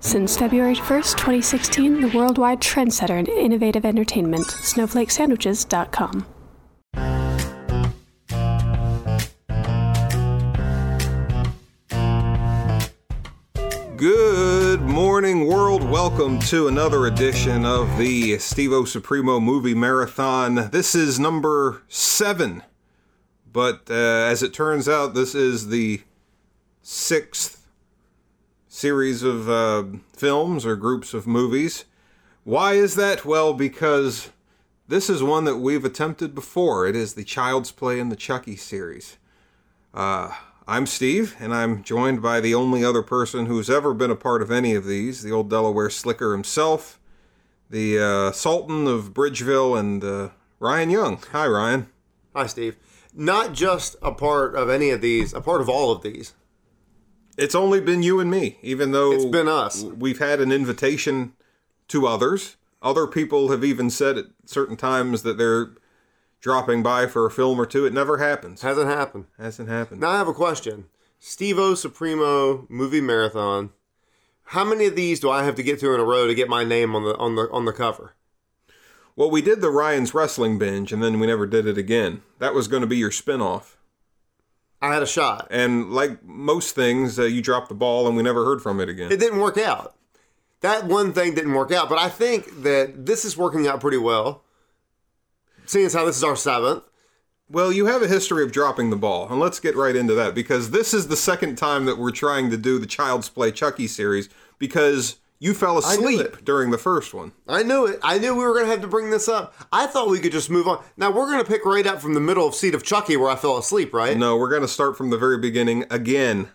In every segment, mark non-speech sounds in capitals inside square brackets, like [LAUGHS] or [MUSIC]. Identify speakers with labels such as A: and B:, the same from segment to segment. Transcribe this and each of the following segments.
A: Since February 1st, 2016, the worldwide trendsetter in innovative entertainment, snowflakesandwiches.com.
B: Good morning, world. Welcome to another edition of the Stevo Supremo Movie Marathon. This is number seven, but uh, as it turns out, this is the sixth series of uh, films or groups of movies. Why is that? Well, because this is one that we've attempted before. It is the Child's Play and the Chucky series. I'm Steve, and I'm joined by the only other person who's ever been a part of any of these the old Delaware slicker himself, the uh, Sultan of Bridgeville, and uh, Ryan Young. Hi, Ryan.
C: Hi, Steve. Not just a part of any of these, a part of all of these.
B: It's only been you and me, even though
C: It's been us.
B: We've had an invitation to others. Other people have even said at certain times that they're dropping by for a film or two. It never happens.
C: Hasn't happened.
B: Hasn't happened.
C: Now I have a question. Steve O Supremo movie marathon. How many of these do I have to get through in a row to get my name on the on the on the cover?
B: Well, we did the Ryan's Wrestling Binge, and then we never did it again. That was going to be your spinoff.
C: I had a shot.
B: And like most things, uh, you dropped the ball and we never heard from it again.
C: It didn't work out. That one thing didn't work out, but I think that this is working out pretty well. Seeing as how this is our seventh.
B: well, you have a history of dropping the ball, and let's get right into that because this is the second time that we're trying to do the Child's Play Chucky series because you fell
C: I knew
B: asleep during the first one.
C: I knew it. I knew we were going to have to bring this up. I thought we could just move on. Now we're going to pick right up from the middle of Seat of Chucky where I fell asleep, right?
B: No, we're going to start from the very beginning again.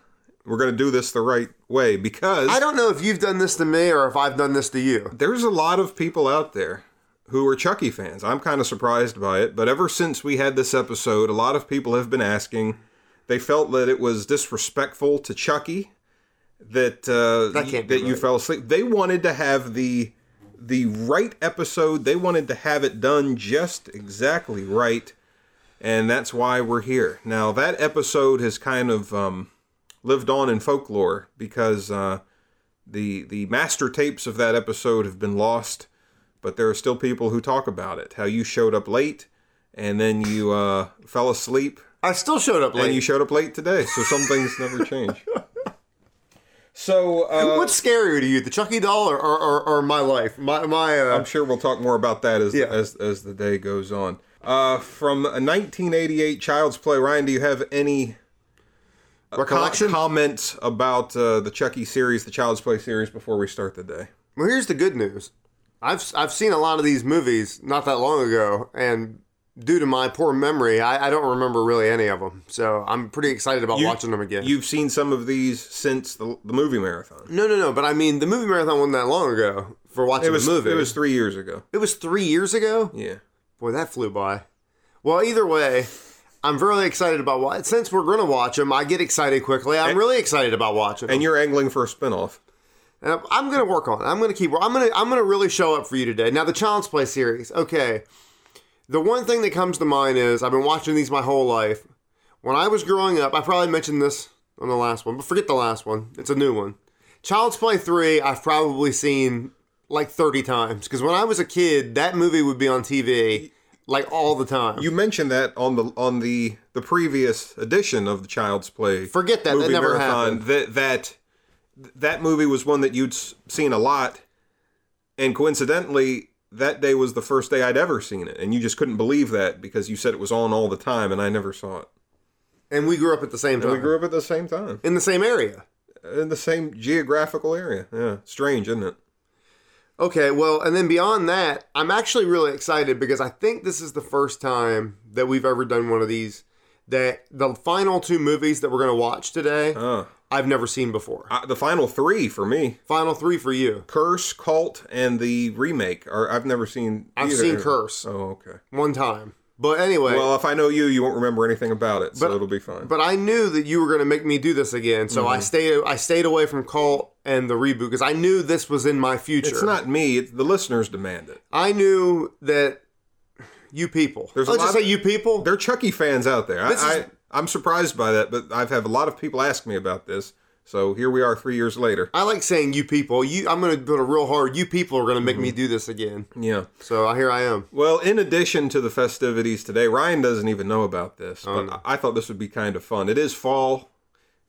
B: We're going to do this the right way because
C: I don't know if you've done this to me or if I've done this to you.
B: there's a lot of people out there who are Chucky fans. I'm kind of surprised by it, but ever since we had this episode, a lot of people have been asking. They felt that it was disrespectful to Chucky that uh,
C: That can't be
B: that you
C: right.
B: fell asleep. They wanted to have the the right episode. They wanted to have it done just exactly right, and that's why we're here. Now that episode has kind of um, lived on in folklore because uh, the the master tapes of that episode have been lost, but there are still people who talk about it. How you showed up late, and then you uh, fell asleep,
C: I still showed up
B: and
C: late.
B: you showed up late today. So some things never
C: [LAUGHS]
B: change. So uh,
C: What's scarier to you, the Chucky doll or, or, or, or my life? My my.
B: I'm
C: Uh,
B: sure we'll talk more about that as
C: Yeah.
B: as, as the day goes on. Uh, from a 1988 Child's Play, Ryan, do you have any uh, co-
C: Recollection?
B: comments about uh, the Chucky series, the Child's Play series, before we start the day?
C: well, here's the good news. I've I've seen a lot of these movies not that long ago, and due to my poor memory, I, I don't remember really any of them. So I'm pretty excited about
B: You-
C: watching them again.
B: You've seen some of these since the, the movie marathon.
C: no, no, no. But I mean, the movie marathon wasn't that long ago for watching
B: It was
C: the movie.
B: it was three years ago.
C: It was three years ago.
B: Yeah.
C: Boy, that flew by. Well, either way, I'm really excited about what. Since we're gonna watch them, I get excited quickly. I'm really excited about watching them.
B: And you're angling for a spinoff.
C: And I'm- I'm gonna work on. it. I'm gonna keep. I'm gonna. I'm gonna really show up for you today. Now the Child's Play series. Okay. The one thing that comes to mind is I've been watching these my whole life. When I was growing up, I probably mentioned this on the last one, but forget the last one. It's a new one. Child's Play three. I've probably seen like 30 times because when I was a kid, that movie would be on TV like all the time.
B: You mentioned that on the on the the previous edition of the Child's Play.
C: Forget that. That
B: movie
C: never
B: marathon.
C: happened.
B: That that that movie was one that you'd s- seen a lot, and coincidentally, that day was the first day I'd ever seen it, and you just couldn't believe that because you said it was on all the time, and I never saw it.
C: and we grew up at the same time.
B: We grew up at the same time
C: in the same area.
B: in the same geographical area. Yeah, strange, isn't it?
C: Okay, well, and then beyond that, I'm actually really excited because I think this is the first time that we've ever done one of these that the final two movies that we're going to watch today
B: Oh,
C: I've never seen before.
B: I, the final three for me.
C: Final 3 for you.
B: Curse, Cult, and the remake. Or I've never seen.
C: I've
B: either.
C: seen Curse
B: Oh, okay.
C: one time. But anyway,
B: Well, if I know you, you won't remember anything about it, so
C: But-
B: it'll be fine.
C: but I knew that you were going to make me do this again, so
B: Mm-hmm.
C: I stayed I stayed away from Cult and the reboot because I knew this was in my future.
B: It's not me; it's the listeners demand it.
C: I knew that you people.
B: There's a
C: Let's just
B: lot
C: say
B: of-
C: you people.
B: There are Chucky fans out there. I,
C: This is-
B: I, I'm surprised by that, but I've had a lot of people ask me about this. So here we are three years later.
C: I like saying you people. You, I'm going to put a real hard. You people are going to make
B: Mm-hmm.
C: me do this again.
B: Yeah.
C: So uh, here I am.
B: Well, in addition to the festivities today, Ryan doesn't even know about this, but I I thought this would be kind of fun. It is fall,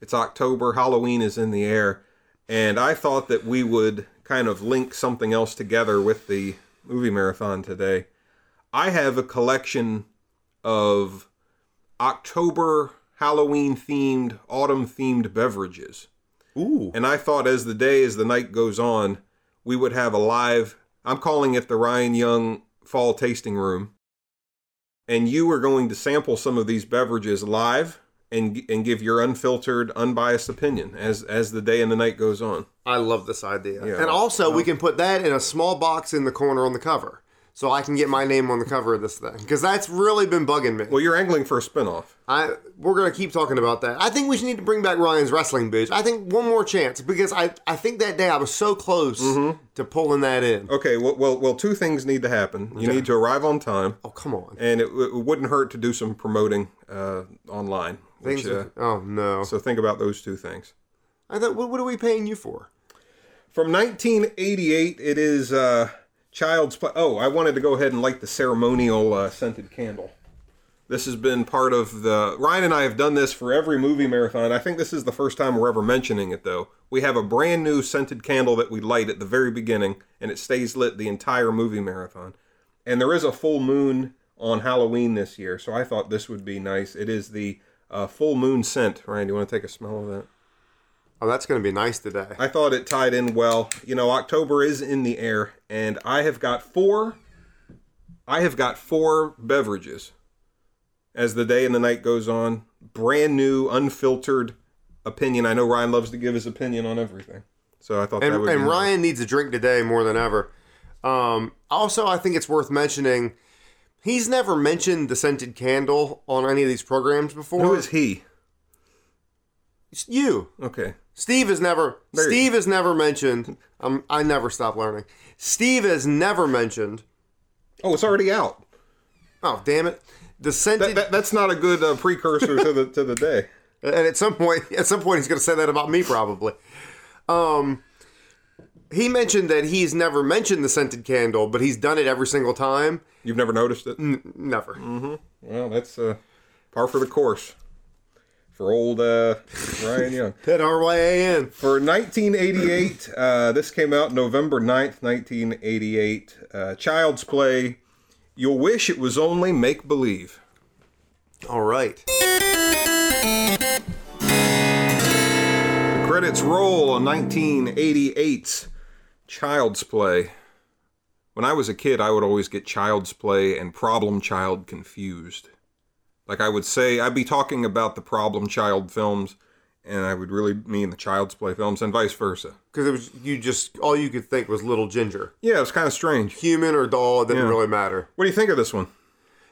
B: it's October, Halloween is in the air, and I thought that we would kind of link something else together with the movie marathon today. I have a collection of October Halloween themed, autumn themed beverages.
C: Ooh.
B: And I thought as the day, as the night goes on, we would have a live, I'm calling it the Ryan Young Fall Tasting Room. And you are going to sample some of these beverages live and, and give your unfiltered, unbiased opinion as, as the day and the night goes on.
C: I love this idea.
B: Yeah.
C: And also, we can put that in a small box in the corner on the cover. So I can get my name on the cover of this thing. Because that's really been bugging me.
B: Well, you're angling for a spinoff.
C: I we're gonna keep talking about that. I think we should need to bring back Ryan's wrestling bitch. I think one more chance because I, I think that day I was so close
B: Mm-hmm.
C: to pulling that in.
B: Okay, well, well, well two things need to happen. You need to arrive on time,
C: Oh come on.
B: and it, it wouldn't hurt to do some promoting uh, online. which,
C: Things
B: uh,
C: are- oh no.
B: so think about those two things.
C: I thought what, what are we paying you for?
B: From 1988, it is uh, Child's Play. Oh, I wanted to go ahead and light the ceremonial uh, scented candle. This has been part of the. Ryan and I have done this for every movie marathon. I think this is the first time we're ever mentioning it, though. We have a brand new scented candle that we light at the very beginning, and it stays lit the entire movie marathon. And there is a full moon on Halloween this year, so I thought this would be nice. It is the uh, full moon scent. Ryan, do you want to take a smell of that?
C: Oh that's gonna be nice today.
B: I thought it tied in well. You know, October is in the air, and I have got four. I have got four beverages as the day and the night goes on. Brand new, unfiltered opinion. I know Ryan loves to give his opinion on everything, so I thought that
C: and
B: would
C: and
B: be
C: Ryan needs a drink today more than ever. Um, also, I think it's worth mentioning he's never mentioned the scented candle on any of these programs before.
B: Who is he?
C: It's you?
B: Okay,
C: Steve has never
B: There you
C: Steve has never mentioned. Um, I never stop learning. Steve has never mentioned.
B: oh, it's already out.
C: Oh damn it! The scented
B: That, that, that's not a good uh, precursor to the to the day.
C: and at some point [LAUGHS] at some point he's going to say that about me probably. Um, he mentioned that he's never mentioned the scented candle, but he's done it every single time.
B: You've never noticed it?
C: N- never.
B: Well, that's uh, par for the course for old uh, Ryan Young.
C: Hit RYAN.
B: For 1988, uh, this came out November 9th, 1988. Uh, Child's Play, You'll Wish It Was Only Make Believe.
C: All right.
B: The credits roll on 1988's Child's Play. When I was a kid, I would always get Child's Play and Problem Child confused. Like I would say, I'd be talking about the Problem Child films, and I would really mean the Child's Play films, and vice versa.
C: Because it was you just all you could think was little ginger,
B: Yeah, it was kind of strange.
C: human or doll. It didn't
B: Yeah.
C: really matter.
B: What do you think of this one?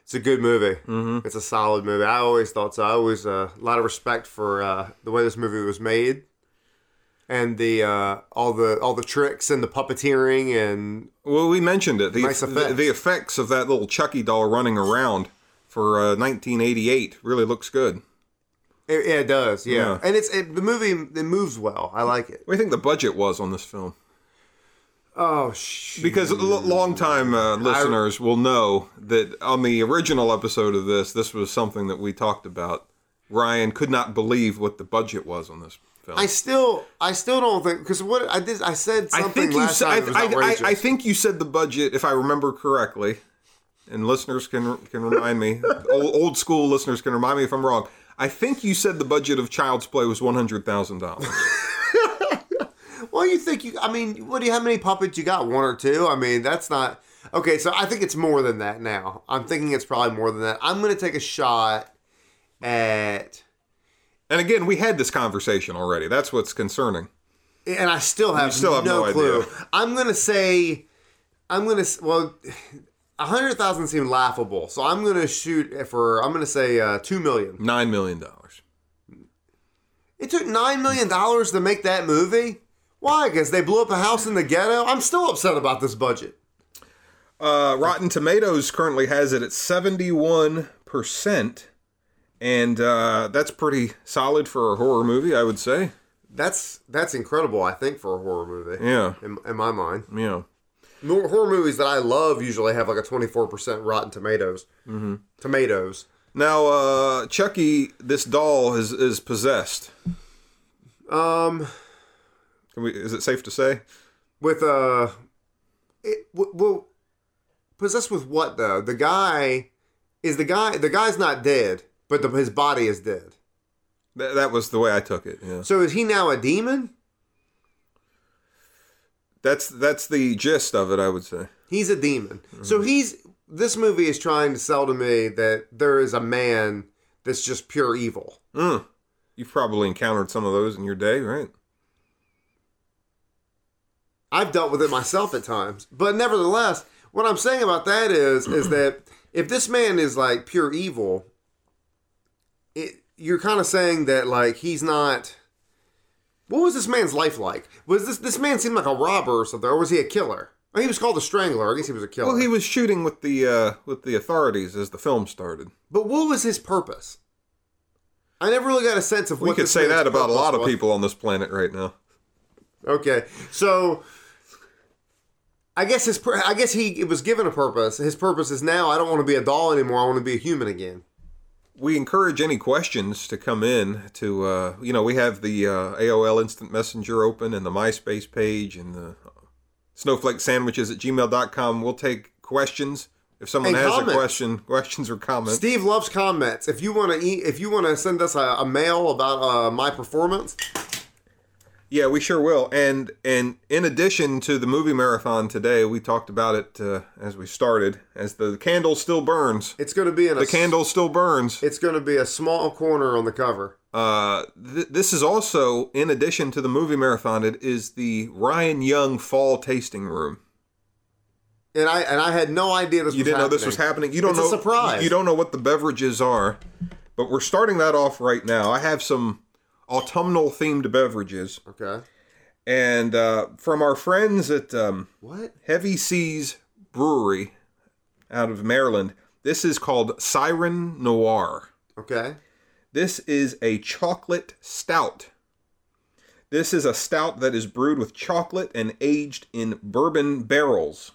C: It's a good movie.
B: Mm-hmm.
C: It's a solid movie. I always thought so. I always uh, a lot of respect for uh, the way this movie was made, and the uh, all the all the tricks and the puppeteering and
B: Well, we mentioned it. The,
C: Nice
B: the-
C: effects.
B: the effects of that little Chucky doll running around for uh, 1988 really looks good.
C: it, yeah, it does. Yeah,
B: Yeah.
C: and it's it, the movie. It moves well. I like it.
B: What do you think the budget was on this film?
C: Oh shit.
B: Because l- longtime uh, listeners will know that on the original episode of this, this was something that we talked about. Ryan could not believe what the budget was on this film.
C: I still, I still don't think because what I did, I said
B: I
C: something
B: think you
C: last
B: said. I,
C: time. that was
B: I,
C: outrageous.
B: I, I think you said the budget, if I remember correctly, and listeners can can remind me. old, old school listeners can remind me if I'm wrong. I think you said the budget of Child's Play was one hundred thousand dollars. [LAUGHS]
C: Well, you think you? I mean, what do you? How many puppets you got? One or two? I mean, that's not okay. So I think it's more than that now. I'm thinking it's probably more than that. I'm gonna take a shot at,
B: and again, we had this conversation already. That's what's concerning.
C: and I still have,
B: still have
C: no,
B: no
C: clue.
B: idea.
C: I'm gonna say, I'm gonna s- well, a hundred thousand seemed laughable, so I'm gonna shoot for. I'm gonna say uh, two million.
B: Nine million dollars.
C: It took nine million dollars to make that movie. Why? Because they blew up a house in the ghetto. I'm still upset about this budget.
B: Uh, Rotten Tomatoes currently has it at seventy one percent, and uh, that's pretty solid for a horror movie, I would say.
C: That's that's incredible. I think for a horror movie,
B: Yeah.
C: in, in my mind,
B: Yeah.
C: Mo- horror movies that I love usually have like a twenty four percent Rotten Tomatoes. Mm-hmm. Tomatoes.
B: Now, uh, Chucky, this doll is is possessed.
C: Um,
B: Can we, is it safe to say?
C: with uh, it, w- well, possessed with what though? The guy is the guy. The guy's not dead, but the, his body is dead.
B: That, that was the way I took it. Yeah.
C: So is he now a demon?
B: That's that's the gist of it, I would say.
C: He's a demon. So he's this movie is trying to sell to me that there is a man that's just pure evil.
B: Mm. You've probably encountered some of those in your day, right?
C: I've dealt with it myself at times. But nevertheless, what I'm saying about that
B: [CLEARS THROAT]
C: is is that if this man is like pure evil, it you're kind of saying that like he's not what was this man's life like? Was this this man seemed like a robber or something, or was he a killer? He was called a strangler. I guess he was a killer.
B: Well, he was shooting with the uh, with the authorities as the film started.
C: But what was his purpose? I never really got a sense of what
B: We could
C: this
B: say
C: man's
B: that about a lot
C: purpose
B: of
C: was.
B: people on this planet right now.
C: Okay, so I guess his pur- I guess he it was given a purpose. His purpose is now I don't want to be a doll anymore. I want to be a human again.
B: we encourage any questions to come in to uh, you know we have the uh, aol instant messenger open and the myspace page and the snowflake sandwiches at gmail.com we'll take questions if someone
C: And
B: has a
C: comments.
B: question questions or comments
C: Steve loves comments. If you want to eat, if you want to send us a, a mail about uh, my performance,
B: yeah we sure will and and in addition to the movie marathon today we talked about it uh, as we started as the candle still burns
C: it's going to be in a
B: the candle still burns
C: It's going to be a small corner on the cover.
B: Uh, th- this is also, in addition to the movie marathon, it is the Ryan Young Fall Tasting Room.
C: And I and I had no idea this.
B: You didn't
C: was
B: know
C: happening.
B: this was happening. You don't
C: It's a
B: know
C: surprise.
B: You don't know what the beverages are, but we're starting that off right now. I have some autumnal themed beverages,
C: Okay.
B: and uh, from our friends at um,
C: What?
B: Heavy Seas Brewery out of Maryland. This is called Siren Noir.
C: Okay.
B: This is a chocolate stout. This is a stout that is brewed with chocolate and aged in bourbon barrels.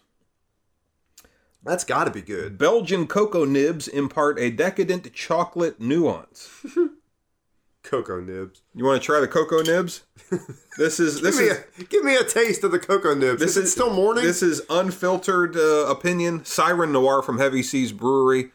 C: That's got to be good.
B: Belgian cocoa nibs impart a decadent chocolate nuance.
C: Cocoa nibs.
B: You want to try the cocoa
C: [LAUGHS]
B: nibs? This is this
C: Give me,
B: is
C: a, give me a taste of the cocoa nibs.
B: this
C: is, it still morning?
B: This is unfiltered uh, opinion. Siren Noir from Heavy Seas Brewery.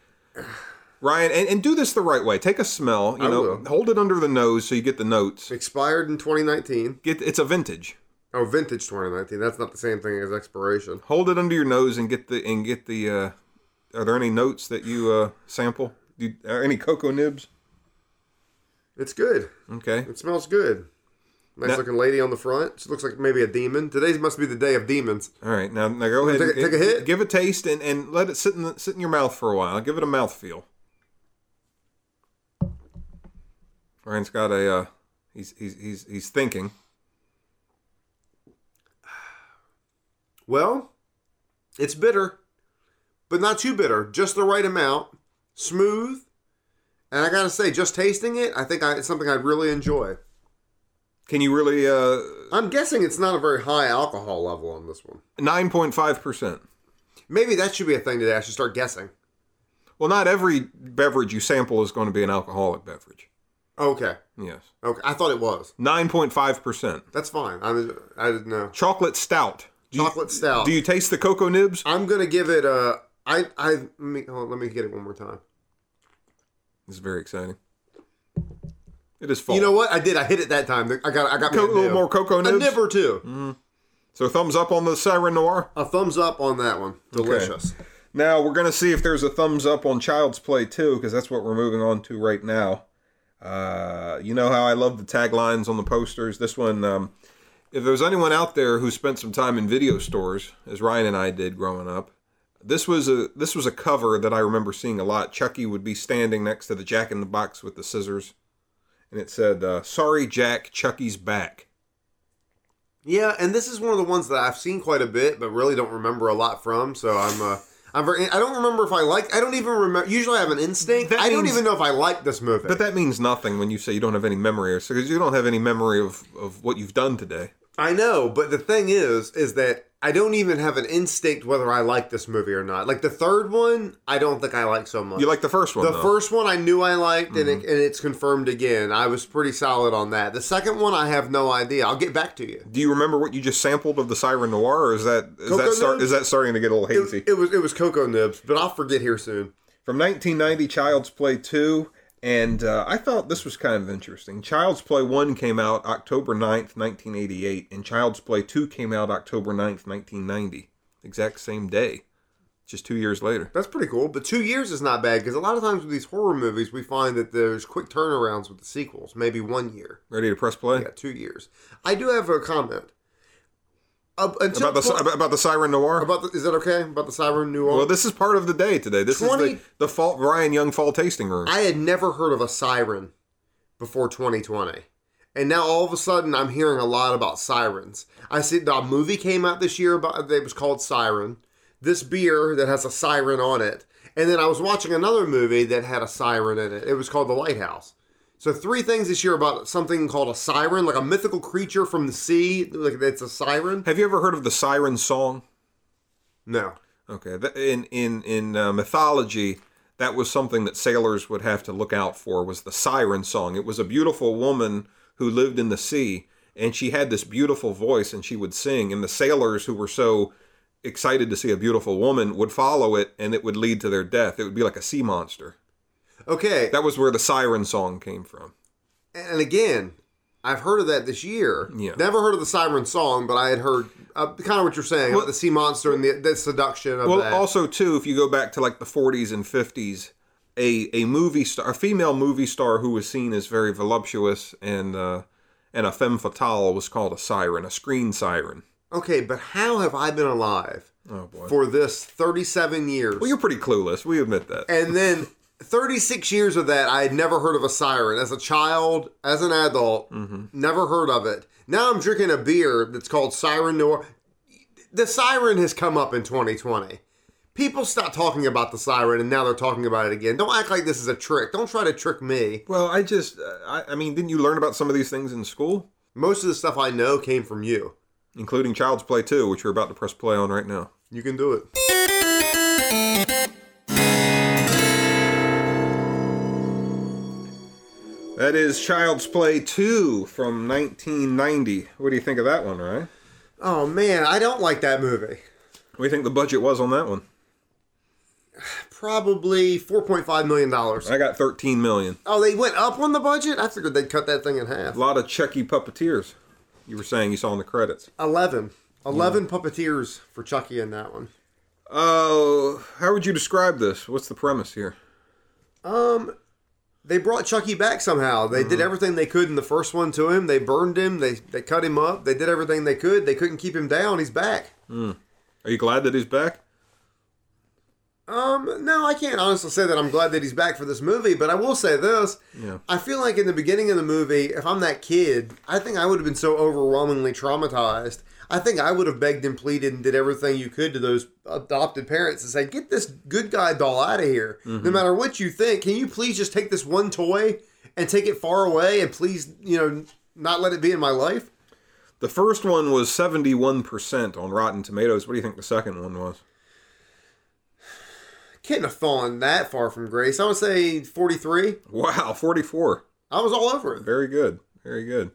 B: Ryan, and, and do this the right way. Take a smell. You
C: I
B: know,
C: will.
B: hold it under the nose so you get the notes.
C: expired in 2019.
B: Get it's a vintage.
C: Oh, vintage 2019. That's not the same thing as expiration.
B: hold it under your nose and get the and get the uh are there any notes that you uh sample Do you, are any cocoa nibs
C: It's good.
B: okay
C: It smells good. Nice
B: Now-
C: looking lady on the front. She looks like maybe a demon. Today's must be the day of demons.
B: all right now, now go ahead
C: Take a-
B: and-
C: take a hit?
B: give a taste and and let it sit in the, sit in your mouth for a while give it a mouth feel ryan's got a uh he's he's he's, he's thinking
C: Well, it's bitter, but not too bitter. Just the right amount. Smooth. And I gotta say, just tasting it, I think I, it's something I'd really enjoy.
B: can you really uh
C: I'm guessing it's not a very high alcohol level on this one.
B: 9.5%
C: Maybe that should be a thing today. I should start guessing.
B: well not every beverage you sample is going to be an alcoholic beverage
C: Okay.
B: yes
C: Okay. I thought it was.
B: 9.5%
C: That's fine. I, I didn't know.
B: chocolate stout Do you-
C: Chocolate stout.
B: Do you taste the cocoa nibs?
C: I'm gonna give it a. I I let me hold on, let me get it one more time.
B: It's very exciting. It is fall.
C: You know what? I did. I hit it that time. I got I got me
B: Co- a
C: a
B: little
C: nib.
B: more cocoa
C: A
B: nibs? Mm.
C: nib or two.
B: So thumbs up on the Siren Noir.
C: A thumbs up on that one. Delicious.
B: Now we're gonna see if there's a thumbs up on Child's Play too, because that's what we're moving on to right now. Uh, you know how I love the taglines on the posters. This one, um, if there's anyone out there who spent some time in video stores, as Ryan and I did growing up, this was a this was a cover that I remember seeing a lot. Chucky would be standing next to the Jack in the Box with the scissors, and it said, uh, "Sorry, Jack, Chucky's back."
C: Yeah, and this is one of the ones that I've seen quite a bit, but really don't remember a lot from. So I'm uh, I'm very. I don't remember if I like. I don't even remember. Usually, I have an instinct.
B: That
C: I don't
B: means-
C: even know if I like this movie.
B: But that means nothing when you say you don't have any memory, or because you don't have any memory of, of what you've done today.
C: I know, but the thing is, is that I don't even have an instinct whether I like this movie or not. Like the third one, I don't think I like so much.
B: You like the first one,
C: the
B: though. Mm-hmm.
C: first one I knew I liked, and, it, and it's confirmed again. I was pretty solid on that. The second one, I have no idea. I'll get back to you.
B: Do you remember what you just sampled of the Siren Noir, or is that is
C: Coco
B: that start
C: Nibs?
B: is that starting to get a little hazy?
C: It, it was it was Coco Nibs, but I'll forget here soon.
B: From 1990, Child's Play 2, and uh, I thought this was kind of interesting. Child's Play 1 came out October 9th, 1988, and Child's Play 2 came out October 9th, 1990. Exact same day, just two years later.
C: That's pretty cool. But two years is not bad because a lot of times with these horror movies, we find that there's quick turnarounds with the sequels, maybe one year.
B: Ready to press play?
C: Yeah, two years. I do have a comment. Up until
B: About the, si- about the Siren Noir?
C: About the, is that okay? About the Siren Noir?
B: well, this is part of the day today. This
C: 20
B: is the, the fall, Ryan Young Fall Tasting Room.
C: I had never heard of a siren before 2020. And now all of a sudden, I'm hearing a lot about sirens. I see the movie came out this year about that was called Siren. This beer that has a siren on it, and then I was watching another movie that had a siren in it. It was called The Lighthouse. So three things this year about something called a siren, like a mythical creature from the sea. Like it's a siren.
B: Have you ever heard of the Siren Song?
C: No.
B: Okay, th- in in in uh, mythology, that was something that sailors would have to look out for was the siren song. It was a beautiful woman who lived in the sea, and she had this beautiful voice, and she would sing. And the sailors who were so excited to see a beautiful woman would follow it, and it would lead to their death. It would be like a sea monster.
C: Okay.
B: That was where the siren song came from.
C: and again, I've heard of that this year.
B: Yeah.
C: Never heard of the siren song, but I had heard uh, kind of what you're saying
B: Well-
C: about the sea monster and the, the seduction of
B: Well,
C: that.
B: also too, if you go back to like the 40s and 50s, a a movie star, a female movie star who was seen as very voluptuous and uh, and a femme fatale was called a siren, a screen siren.
C: okay, but how have I been alive
B: Oh boy.
C: for this 37 years?
B: well, you're pretty clueless. We admit that.
C: and then 36 years of that, I had never heard of a siren. As a child, as an adult, never heard of it. Now I'm drinking a beer that's called Siren Noir. The siren has come up in 2020. People stopped talking about the siren and now they're talking about it again. Don't act like this is a trick. Don't try to trick me.
B: well, I just, uh, I, I mean, didn't you learn about some of these things in school,
C: Most of the stuff I know came from you.
B: including Child's Play 2, which you're about to press play on right now?
C: You can do it.
B: That is Child's Play 2 from 1990. What do you think of that one, right?
C: Oh man, I don't like that movie.
B: What do you think the budget was on that one?
C: Probably $4.5 million.
B: I got 13 million.
C: Oh, they went up on the budget? I figured they'd cut that thing in half.
B: A lot of Chucky puppeteers. You were saying you saw in the credits.
C: 11. 11 puppeteers for Chucky in that one.
B: Oh, how would you describe this? What's the premise here?
C: Um, they brought Chucky back somehow. They did everything they could in the first one to him. They burned him. They they cut him up. They did everything they could. They couldn't keep him down. He's back.
B: Are you glad that he's back?
C: Um, no, I can't honestly say that I'm glad that he's back for this movie, but I will say this.
B: Yeah.
C: I feel like in the beginning of the movie, if I'm that kid, I think I would have been so overwhelmingly traumatized. I think I would have begged and pleaded and did everything you could to those adopted parents and say, "Get this good guy doll out of here. No matter what you think, can you please just take this one toy and take it far away and please, you know, not let it be in my life?"
B: The first one was 71% on Rotten Tomatoes. What do you think the second one was?
C: Couldn't have fallen that far from grace. I would say 43.
B: Wow, 44.
C: I was all over it.
B: Very good. Very good.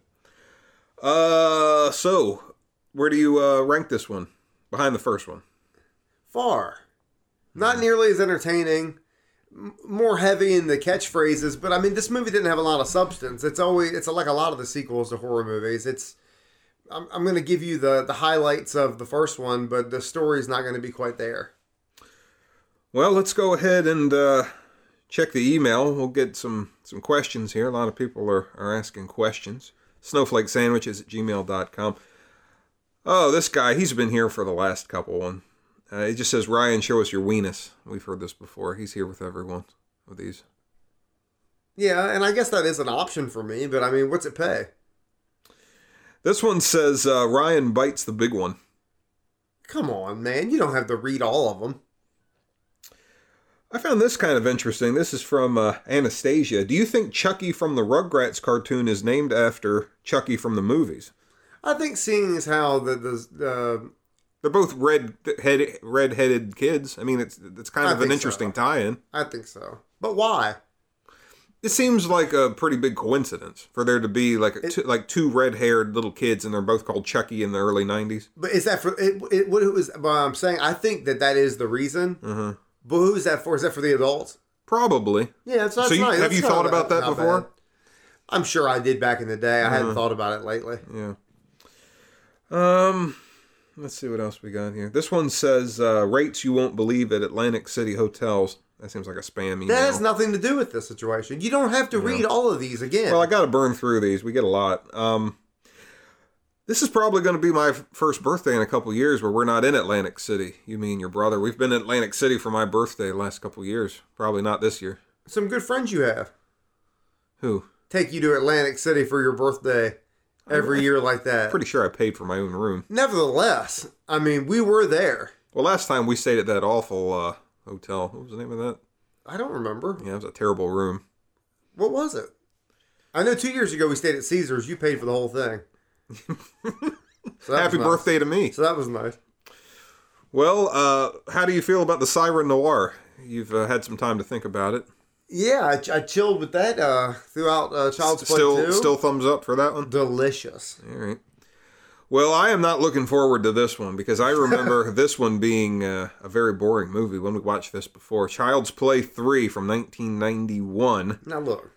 B: Uh, so where do you uh, rank this one? Behind the first one.
C: far. Not nearly as entertaining, m- more heavy in the catchphrases, but I mean, this movie didn't have a lot of substance. It's always it's like a lot of the sequels to horror movies. It's I'm, I'm going to give you the the highlights of the first one, but the story's not going to be quite there.
B: Well, let's go ahead and uh, check the email. We'll get some, some questions here. A lot of people are, are asking questions. Snowflakesandwiches at gmail.com. Oh, this guy, he's been here for the last couple one. Uh, it just says, Ryan, show us your weenus. We've heard this before. He's here with everyone with these.
C: Yeah, and I guess that is an option for me, but I mean, what's it pay?
B: This one says, uh, Ryan bites the big one.
C: Come on, man, you don't have to read all of them.
B: I found this kind of interesting. This is from uh, Anastasia. Do you think Chucky from the Rugrats cartoon is named after Chucky from the movies?
C: I think seeing as how the the uh,
B: They're both red head red-headed kids. I mean, it's it's kind
C: I
B: of an
C: think so.
B: interesting tie-in.
C: I think so. But why?
B: It seems like a pretty big coincidence for there to be like a, two, like two red-haired little kids, and they're both called Chucky in the early '90s.
C: But is that for it? it what it was? But I'm saying I think that that is the reason.
B: Mm-hmm.
C: But who's that for? Is that for the adults?
B: Probably.
C: Yeah, that's not.
B: So you-
C: nice.
B: have
C: That's
B: you
C: not
B: thought
C: bad-
B: about that
C: not
B: before? Mm-hmm.
C: bad. I'm sure I did back in the day. I hadn't thought about it lately.
B: Yeah. Um, let's see what else we got here. This one says uh, rates you won't believe at Atlantic City hotels. That seems like a spam email.
C: That has nothing to do with this situation. You don't have to read all of these again.
B: Well, I got to burn through these. We get a lot. Um, this is probably going to be my f- first birthday in a couple years where we're not in Atlantic City. You mean your brother? We've been in Atlantic City for my birthday the last couple years. Probably not this year.
C: Some good friends you have
B: Who?
C: take you to Atlantic City for your birthday every year like that.
B: Pretty sure I paid for my own room.
C: Nevertheless, I mean, we were there.
B: Well, last time we stayed at that awful uh, hotel. What was the name of that?
C: I don't remember.
B: Yeah, it was a terrible room.
C: What was it? I know two years ago we stayed at Caesars. You paid for the
B: [LAUGHS]
C: whole thing. So that
B: Happy
C: was nice.
B: birthday to me.
C: So that was nice.
B: Well, uh, how do you feel about the Siren Noir? You've uh, had some time to think about it.
C: Yeah, I, I chilled with that uh, throughout uh, Child's Play
B: still,
C: 2.
B: still thumbs up for that one.
C: delicious.
B: All right. Well, I am not looking forward to this one because I
C: [LAUGHS]
B: remember this one being uh, a very boring movie when we watched this before. Child's Play 3 from 1991.
C: Now look,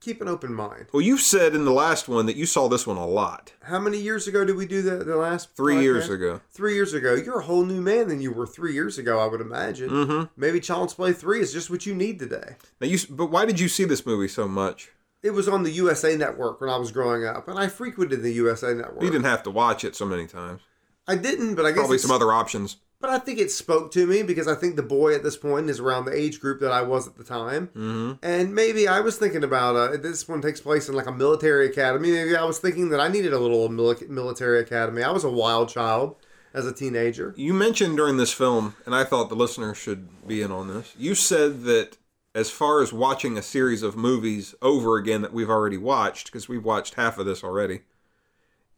C: keep an open mind.
B: Well, you said in the last one that you saw this one a lot.
C: How many years ago did we do the, the last?
B: Three years
C: podcast?
B: ago.
C: Three years ago, you're a whole new man than you were three years ago. I would imagine. Mm-hmm. Maybe Child's Play Three is just what you need today.
B: Now you, s- but why did you see this movie so much?
C: It was on the USA Network when I was growing up, and I frequented the USA Network.
B: You didn't have to watch it so many times.
C: I didn't, but I guess
B: Probably
C: it's-
B: some other options.
C: But I think it spoke to me because I think the boy at this point is around the age group that I was at the time, mm-hmm. and maybe I was thinking about uh, this one takes place in like a military academy. Maybe I was thinking that I needed a little mili- military academy. I was a wild child as a teenager.
B: You mentioned during this film, and I thought the listener should be in on this. You said that as far as watching a series of movies over again that we've already watched, because we've watched half of this already,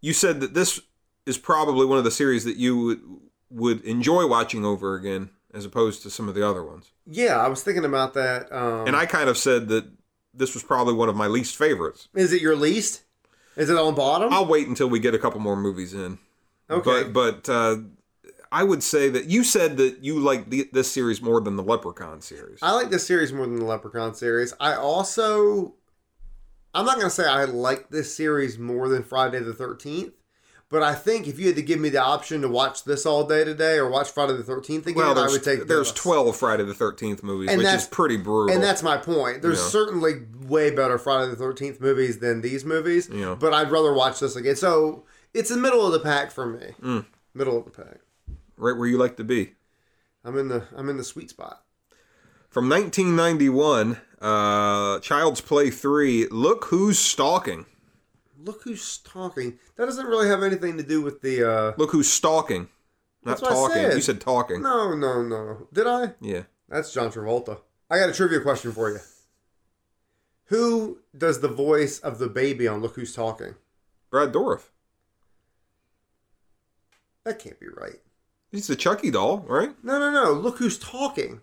B: you said that this is probably one of the series that you would, would enjoy watching over again as opposed to some of the other ones.
C: Yeah, I was thinking about that. Um,
B: And I kind of said that this was probably one of my least favorites.
C: is it your least? Is it on bottom?
B: I'll wait until we get a couple more movies in.
C: okay,
B: But, but uh, I would say that you said that you liked the, this series more than the Leprechaun series.
C: I like this series more than the Leprechaun series. I also, I'm not gonna say I like this series more than Friday the Thirteenth, but I think if you had to give me the option to watch this all day today or watch Friday the Thirteenth again,
B: Well,
C: I
B: there's,
C: would take.
B: there's
C: this.
B: 12 Friday the 13th movies,
C: And
B: which is
C: that's-
B: pretty brutal.
C: and that's my point. There's
B: Yeah.
C: certainly way better Friday the Thirteenth movies than these movies,
B: Yeah.
C: but I'd rather watch this again. So it's the middle of the pack for me.
B: Mm.
C: Middle of the pack.
B: right where you like to be.
C: I'm in the I'm in the sweet spot.
B: From 1991, uh, Child's Play 3, Look Who's Stalking.
C: Look who's talking. That doesn't really have anything to do with the. uh
B: Look Who's Stalking. Not
C: That's what I
B: talking.
C: said.
B: You said talking.
C: No, no, no. Did I?
B: Yeah.
C: That's John Travolta. I got a trivia question for you. Who does the voice of the baby on Look Who's Talking?
B: Brad Dorff.
C: That can't be right.
B: He's the Chucky doll, right?
C: No, no, no. Look Who's Talking.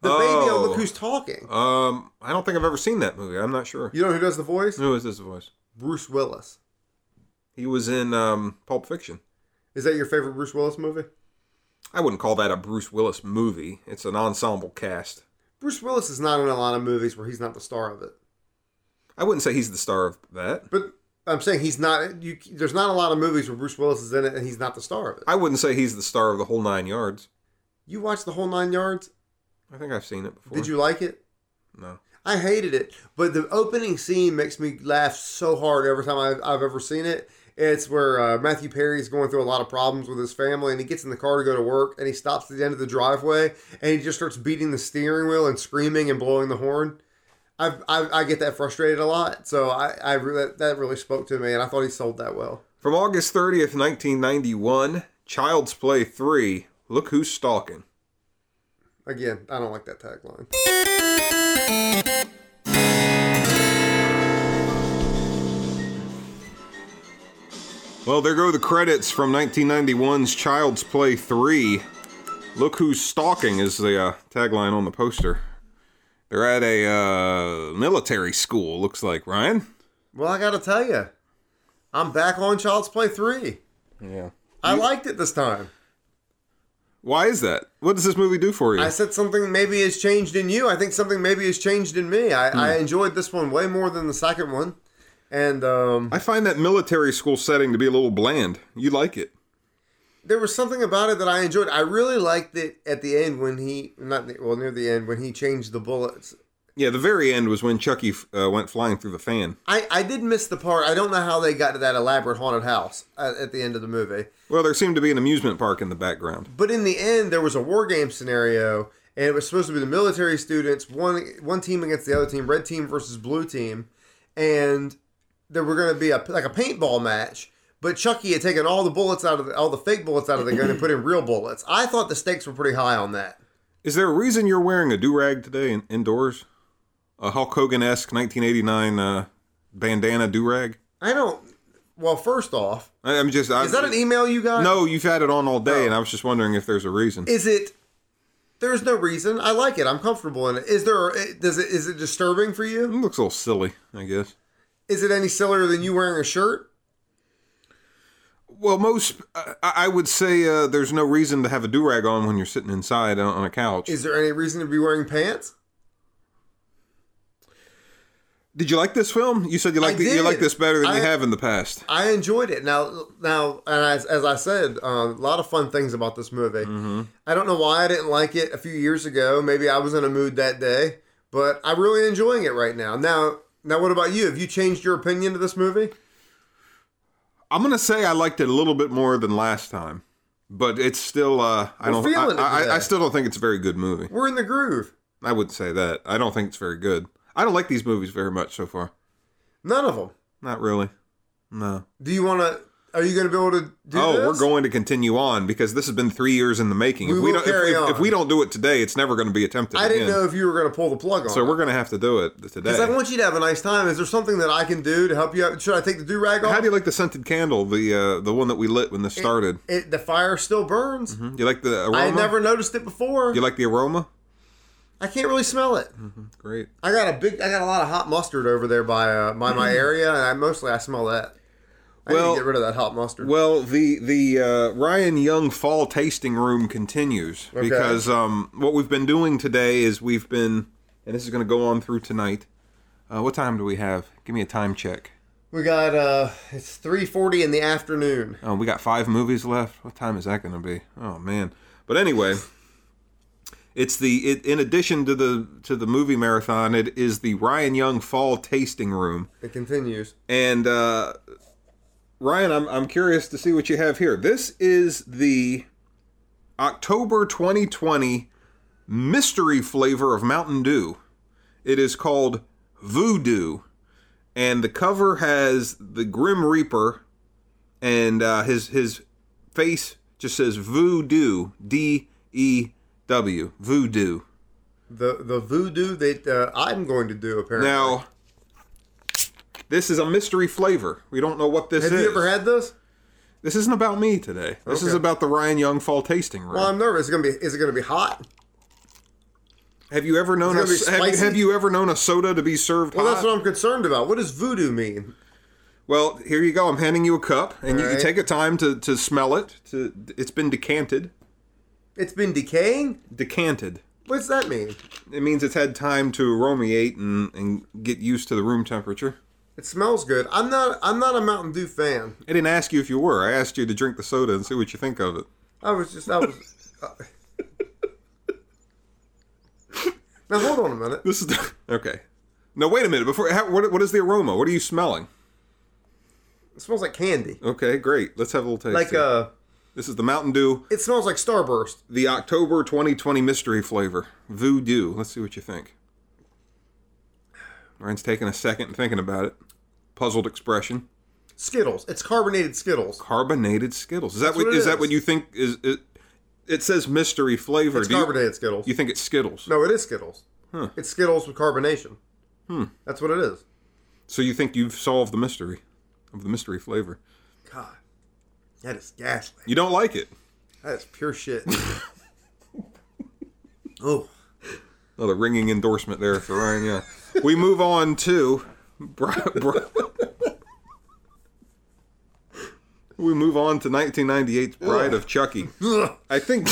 C: The baby on
B: Oh.
C: Look Who's Talking.
B: Um, I don't think I've ever seen that movie. I'm not sure.
C: You know who does the voice?
B: Who is this voice?
C: Bruce Willis.
B: He was in um, Pulp Fiction.
C: Is that your favorite Bruce Willis movie?
B: I wouldn't call that a Bruce Willis movie. It's an ensemble cast.
C: Bruce Willis is not in a lot of movies where he's not the star of it.
B: I wouldn't say he's the star of that.
C: But I'm saying he's not. You, there's not a lot of movies where Bruce Willis is in it and he's not the star of it.
B: I wouldn't say he's the star of the whole nine yards.
C: You watched the whole nine yards.
B: I think I've seen it before.
C: Did you like it?
B: No.
C: I hated it, but the opening scene makes me laugh so hard every time I've, I've ever seen it. It's where uh, Matthew Perry's going through a lot of problems with his family, and he gets in the car to go to work, and he stops at the end of the driveway, and he just starts beating the steering wheel and screaming and blowing the horn. I've, i I get that frustrated a lot, so I, I re- that, that really spoke to me, and I thought he sold that well.
B: From August 30th, 1991, Child's Play 3, Look Who's Stalking.
C: Again, I don't like that tagline.
B: Well, there go the credits from 1991's Child's Play 3. Look Who's Stalking is the uh, tagline on the poster. They're at a uh, military school, looks like, Ryan?
C: Well, I gotta tell you, I'm back on Child's Play three.
B: Yeah.
C: I liked it this time.
B: Why is that? What does this movie do for you?
C: I said something maybe has changed in you. I think something maybe has changed in me. I, I enjoyed this one way more than the second one. And um,
B: I find that military school setting to be a little bland. You like it.
C: there was something about it that I enjoyed. I really liked it at the end when he, not the, well, near the end, when he changed the bullets.
B: Yeah, the very end was when Chucky uh, went flying through the fan.
C: I, I did miss the part. I don't know how they got to that elaborate haunted house at, at the end of the movie.
B: Well, there seemed to be an amusement park in the background.
C: But in the end, there was a war game scenario, and it was supposed to be the military students, one one team against the other team, red team versus blue team, and there were going to be a like a paintball match. But Chucky had taken all the bullets out of the, all the fake bullets out of the gun and put in real bullets. I thought the stakes were pretty high on that.
B: Is there a reason you're wearing a do rag today in- indoors? A Hulk Hogan esque 1989 uh, bandana do rag?
C: I don't. Well, first off,
B: I'm just. I,
C: is that an email you got?
B: No, you've had it on all day,
C: No.
B: and I was just wondering if there's a reason.
C: Is it? There's no reason. I like it. I'm comfortable in it. Is there? Does it? Is it disturbing for you?
B: It looks a little silly, I guess.
C: Is it any sillier than you wearing a shirt?
B: Well, most I, I would say uh, there's no reason to have a do rag on when you're sitting inside uh, on, on a couch.
C: Is there any reason to be wearing pants?
B: Did you like this film? You said you like
C: I
B: the, you
C: did.
B: like this better than
C: I-
B: you have in the past.
C: I enjoyed it. Now, now, and as, as I said, uh, a lot of fun things about this movie.
B: Mm-hmm.
C: I don't know why I didn't like it a few years ago. Maybe I was in a mood that day, but I'm really enjoying it right now. Now, now, what about you? Have you changed your opinion of this movie?
B: I'm gonna say I liked it a little bit more than last time, but it's still uh, I
C: We're
B: don't
C: feeling it
B: I,
C: today.
B: I, I still don't think it's a very good movie.
C: We're in the groove.
B: I wouldn't say that. I don't think it's very good. I don't like these movies very much so far.
C: None of them.
B: Not really. No.
C: Do you want to? Are you going to be able to do?
B: oh,
C: this?
B: we're going to continue on because this has been three years in the making.
C: We
B: if we
C: will
B: don't, if-
C: carry
B: if,
C: on.
B: if we don't do it today, it's never going to be attempted.
C: I didn't
B: again.
C: know if you were going to pull the plug on.
B: So we're going to have to do it today.
C: Because I want you to have a nice time. Is there something that I can do to help you out? Should I take the do rag off?
B: How do you like the scented candle? The uh, the one that we lit when this started.
C: it, the fire still burns.
B: Hmm? You like the aroma?
C: I had never noticed it before.
B: You like the aroma?
C: I can't really smell it.
B: Great.
C: I got a big, I got a lot of hot mustard over there by uh, by my area, and I mostly I smell that. I need
B: Well-
C: to get rid of that hot mustard.
B: Well, the the uh, Ryan Young Fall Tasting Room continues because um, what we've been doing today is we've been, and this is going to go on through tonight. Uh, what time do we have? Give me a time check.
C: we got uh, it's three forty in the afternoon.
B: Oh, we got five movies left. What time is that going to be? Oh man! But anyway, it's the it, in addition to the to the movie marathon, it is the Ryan Young Fall Tasting Room,
C: It continues.
B: and uh, Ryan, I'm I'm curious to see what you have here. This is the October 2020 mystery flavor of Mountain Dew. It is called Voodoo, and the cover has the Grim Reaper, and uh, his his face just says Voodoo, D E W, Voodoo.
C: The the voodoo that uh, I'm going to do apparently.
B: Now, this is a mystery flavor. We don't know what this
C: have
B: is.
C: you ever had this?
B: This isn't about me today. This is
C: Okay.
B: about the Ryan Young Fall Tasting Room.
C: Well, I'm nervous. It's gonna be. Is it gonna be hot?
B: have you ever known a,
C: It's gonna be
B: have, you,
C: spicy?
B: have you ever known a soda to be served
C: Well,
B: hot?
C: that's what I'm concerned about. What does voodoo mean?
B: Well, here you go. I'm handing you a cup, and you, you
C: Alright.
B: take a time to, to smell it. To it's been decanted,
C: It's been decaying.
B: decanted.
C: What's that mean?
B: It means it's had time to aromiate and, and get used to the room temperature.
C: It smells good. I'm not. I'm not a Mountain Dew fan.
B: I didn't ask you if you were. I asked you to drink the soda and see what you think of it.
C: I was just. I was. uh, now hold on a minute.
B: This is [LAUGHS] the, okay. Now wait a minute. Before how, what, what is the aroma? What are you smelling?
C: It smells like candy.
B: Okay, great. Let's have a little taste.
C: Like
B: here.
C: uh,
B: this is the Mountain Dew
C: it smells like Starburst.
B: the October 2020 mystery flavor, Voodoo. Let's see what you think. Ryan's taking a second and thinking about it. Puzzled expression.
C: Skittles. It's carbonated Skittles.
B: Carbonated Skittles. Is that
C: That's
B: what,
C: what it
B: is that
C: is.
B: what you think is, is It says mystery flavor.
C: It's
B: Do you,
C: carbonated Skittles.
B: you think it's Skittles?
C: no, it is Skittles. It's Skittles with carbonation. Hmm. That's what it is.
B: So you think you've solved the mystery of the mystery flavor?
C: God, that is ghastly.
B: You don't like it.
C: That is pure
B: [LAUGHS]
C: shit. oh,
B: Another ringing endorsement there for Ryan. Yeah. we move on to. Bri- Bri- we move on to 1998's Bride of Chucky.
C: Ugh.
B: I think.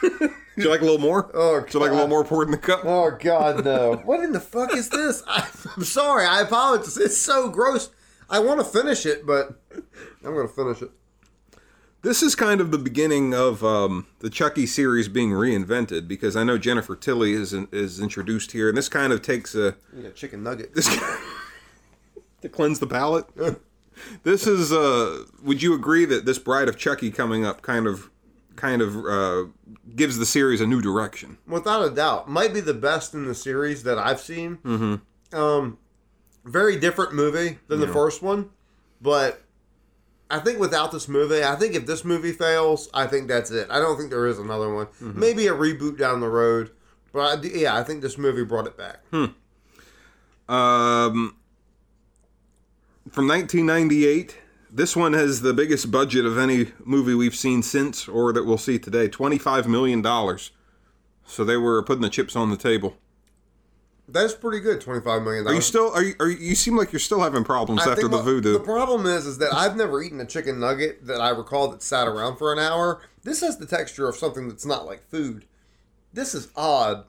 B: Do you like a little more?
C: Oh,
B: Do you like a little
C: God.
B: more poured in the cup?
C: oh God, no! what in the fuck is this? [LAUGHS] I, I'm sorry. I apologize. It's so gross. I want to finish it, but I'm gonna finish it.
B: This is kind of the beginning of um, the Chucky series being reinvented because I know Jennifer Tilly is is introduced here, and this kind of takes a
C: You got chicken nugget.
B: this [LAUGHS] to cleanse the palate. this is. Uh, would you agree that this Bride of Chucky coming up kind of kind of uh, gives the series a new direction?
C: without a doubt, might be the best in the series that I've seen. Mm-hmm. Um, very different movie than the first one, but I think without this movie, I think if this movie fails, I think that's it. I don't think there is another one. Maybe a reboot down the road, but I, do- yeah, I think this movie brought it back.
B: Um, from 1998. This one has the biggest budget of any movie we've seen since, or that we'll see today. Twenty-five million dollars. So they were putting the chips on the table.
C: That's pretty good. Twenty five million.
B: Are you still? Are you? Are you, you seem like you're still having problems
C: Uh, I
B: after
C: think
B: the
C: what-
B: voodoo.
C: The problem is, is that I've never eaten a chicken nugget that I recall that sat around for an hour. This has the texture of something that's not like food. This is odd.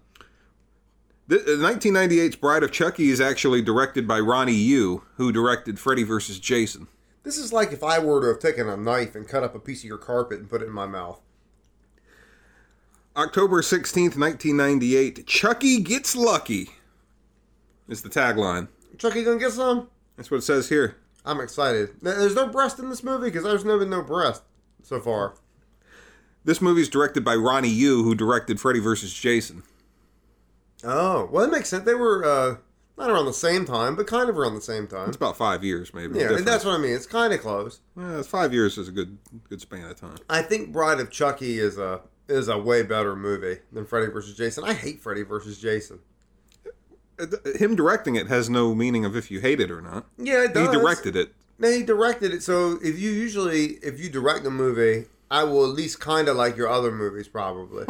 B: Th- uh, 1998's Bride of Chucky is actually directed by Ronnie Yu, who directed Freddy vs. Jason.
C: This is like if I were to have taken a knife and cut up a piece of your carpet and put it in my mouth.
B: October 16th, 1998, Chucky Gets Lucky is the tagline.
C: Chucky gonna get some?
B: That's what it says here.
C: I'm excited. Th- There's no breast in this movie because there's never been no breast so far.
B: This movie is directed by Ronnie Yu, who directed Freddy vs. Jason.
C: Oh, well, that makes sense. They were uh, not around the same time, but kind of around the same time.
B: It's about five years, maybe.
C: Yeah,
B: difference.
C: and that's what I mean. It's kind of close.
B: Yeah, five years is a good good span of time.
C: I think Bride of Chucky is a is a way better movie than Freddy vs. Jason. I hate Freddy vs. Jason.
B: Uh, th- Him directing it has no meaning of if you hate it or not.
C: Yeah, it
B: He
C: does.
B: directed it.
C: No, he directed it. So if you usually if you direct a movie, I will at least kind of like your other movies, probably.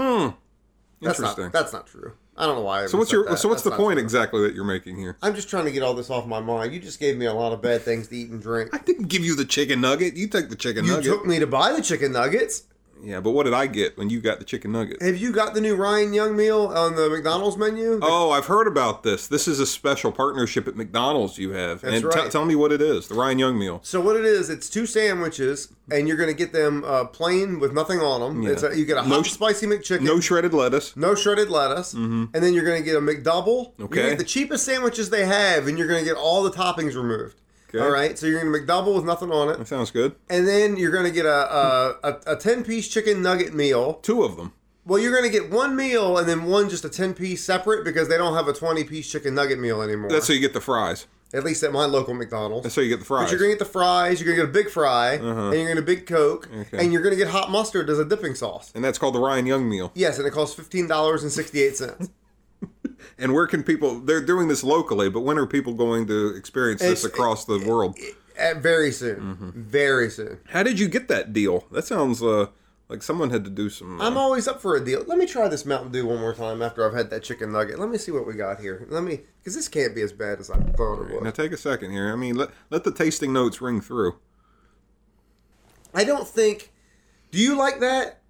C: That's not,
B: Hmm. Interesting.
C: that's not true. I don't know why. I
B: so what's your so what's the point
C: exactly?
B: exactly that you're making here?
C: I'm just trying to get all this off my mind. You just gave me a lot of bad things to eat and drink.
B: I didn't give you the chicken nugget. You took the chicken
C: You
B: nugget.
C: took me to buy the chicken nuggets.
B: Yeah, but what did I get when you got the chicken nugget?
C: Have you got the new Ryan Young meal on the McDonald's menu?
B: Oh, I've heard about this. This is a special partnership at McDonald's you have.
C: That's
B: and te-
C: right.
B: tell me what it is, the Ryan Young meal.
C: So what it is, it's two sandwiches, and you're gonna get them uh, plain with nothing on them. It's a, you get a hot
B: No sh-
C: spicy McChicken,
B: No
C: no,
B: shredded lettuce.
C: shredded lettuce, and then you're gonna get a McDouble. You're gonna
B: Okay.
C: get the cheapest sandwiches they have, and you're gonna get all the toppings removed.
B: Okay.
C: All right, so you're gonna McDouble with nothing on it.
B: That sounds good.
C: and then you're gonna get a a, a, a ten piece chicken nugget meal.
B: Two of them.
C: Well, you're gonna get one meal and then one just a ten piece separate because they don't have a twenty piece chicken nugget meal anymore.
B: That's how you get the fries.
C: at least at my local McDonald's.
B: That's how you get the fries.
C: but you're gonna get the fries, you're gonna get a big fry, and you're gonna get a big Coke,
B: Uh-huh. Okay.
C: and you're gonna get hot mustard as a dipping sauce.
B: and that's called the Ryan Young meal.
C: Yes, and it costs fifteen dollars and sixty eight cents.
B: And where can people? They're doing this locally, but when are people going to experience this
C: It's-
B: across the world?
C: Eh, very soon,
B: Mm-hmm.
C: very soon.
B: How did you get that deal? That sounds uh, like someone had to do some. uh,
C: I'm always up for a deal. Let me try this Mountain Dew one more time after I've had that chicken nugget. Let me see what we got here. Let me, because this can't be as bad as I thought it was.
B: now take a second here. I mean, let let the tasting notes ring through.
C: I don't think. Do you like that?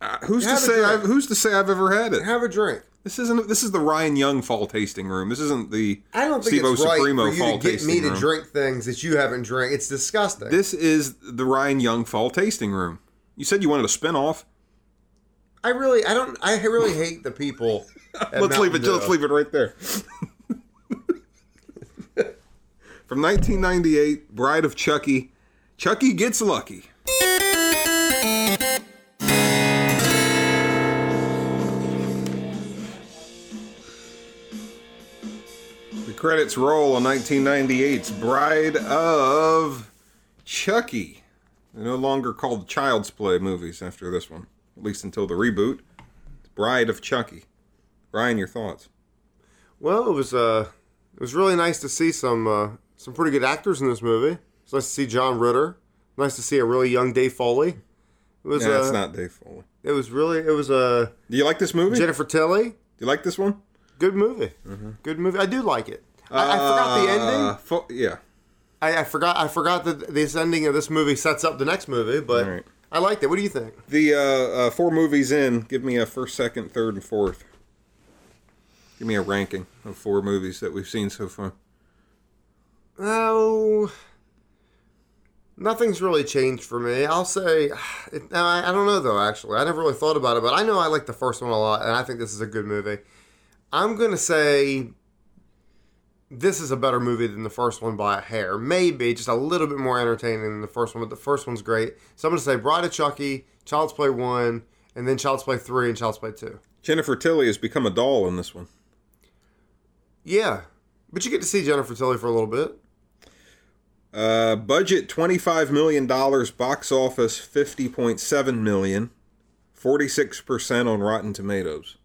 B: Uh, who's
C: Have
B: to
C: a
B: say?
C: drink.
B: I've, who's to say I've ever had it?
C: Have a drink.
B: This isn't. This is the Ryan Young fall tasting room. This isn't the
C: I don't think
B: Steve-O
C: it's right
B: Supremo
C: for you
B: fall
C: to get me
B: tasting
C: to
B: room.
C: drink things that you haven't drank. It's disgusting.
B: This is the Ryan Young fall tasting room. You said you wanted a spinoff.
C: I really, I don't, I really hate the people.
B: [LAUGHS]
C: at
B: let's leave it.
C: Mountain Dew.
B: Let's leave it right there. From 1998, Bride of Chucky. Chucky gets lucky. The credits roll on 1998's Bride of Chucky. They're no longer called Child's Play movies after this one. at least until the reboot. Bride of Chucky. Ryan, your thoughts?
C: Well, it was uh, it was really nice to see some uh, some pretty good actors in this movie. It's nice to see John Ritter. Nice to see a really young Dave Foley. It was
B: Yeah,
C: uh,
B: it's not Dave Foley.
C: it was really it was uh,
B: Do you like this movie?
C: Jennifer Tilly.
B: Do you like this one?
C: Good movie. Good movie. I do like it. I, I forgot the
B: Mm-hmm. Uh,
C: ending.
B: fo- yeah.
C: I, I forgot. I forgot that this ending of this movie sets up the next movie. But
B: All right.
C: I liked it. What do you think?
B: The uh, uh, four movies in, give me a first, second, third, and fourth. Give me a ranking of four movies that we've seen so far.
C: Oh, nothing's really changed for me. I'll say, it, no, I I don't know though. Actually, I never really thought about it, but I know I like the first one a lot, and I think this is a good movie. I'm gonna say this is a better movie than the first one by a hair. Maybe just a little bit more entertaining than the first one, but the first one's great. So I'm gonna say Bride of Chucky, Child's Play one, and then Child's Play three and Child's Play two.
B: Jennifer Tilly has become a doll in this one.
C: Yeah, but you get to see Jennifer Tilly for a little bit.
B: Uh, budget $25 million, box office $50.7 million, 46% on Rotten Tomatoes.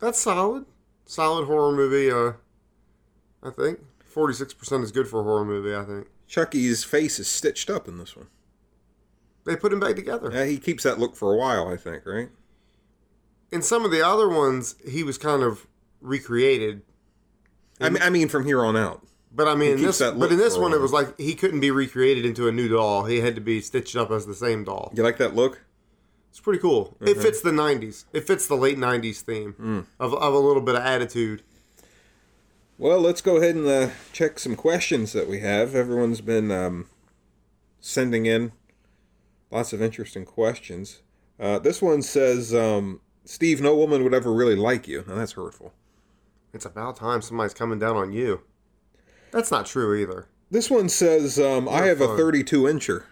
C: That's solid. Solid horror movie, uh I think. Forty six percent is good for a horror movie, I think.
B: Chucky's face is stitched up in this one.
C: They put him back together.
B: Yeah, he keeps that look for a while, I think, right?
C: In some of the other ones he was kind of recreated.
B: I mean, I mean, from here on out.
C: But I mean in
B: keeps
C: this
B: that
C: but
B: look
C: in this
B: for a
C: one it
B: while.
C: was like he couldn't be recreated into a new doll. He had to be stitched up as the same doll.
B: You like that look?
C: It's pretty cool.
B: Mm-hmm.
C: It fits the nineties. It fits the late nineties theme
B: Mm.
C: of, of a little bit of attitude.
B: Well, let's go ahead and uh, check some questions that we have. Everyone's been um, sending in lots of interesting questions. Uh, this one says, um, Steve, no woman would ever really like you. Now, that's hurtful.
C: It's about time somebody's coming down on you. That's not true either.
B: This one says, um, I
C: You're
B: have a
C: fun.
B: 32 incher.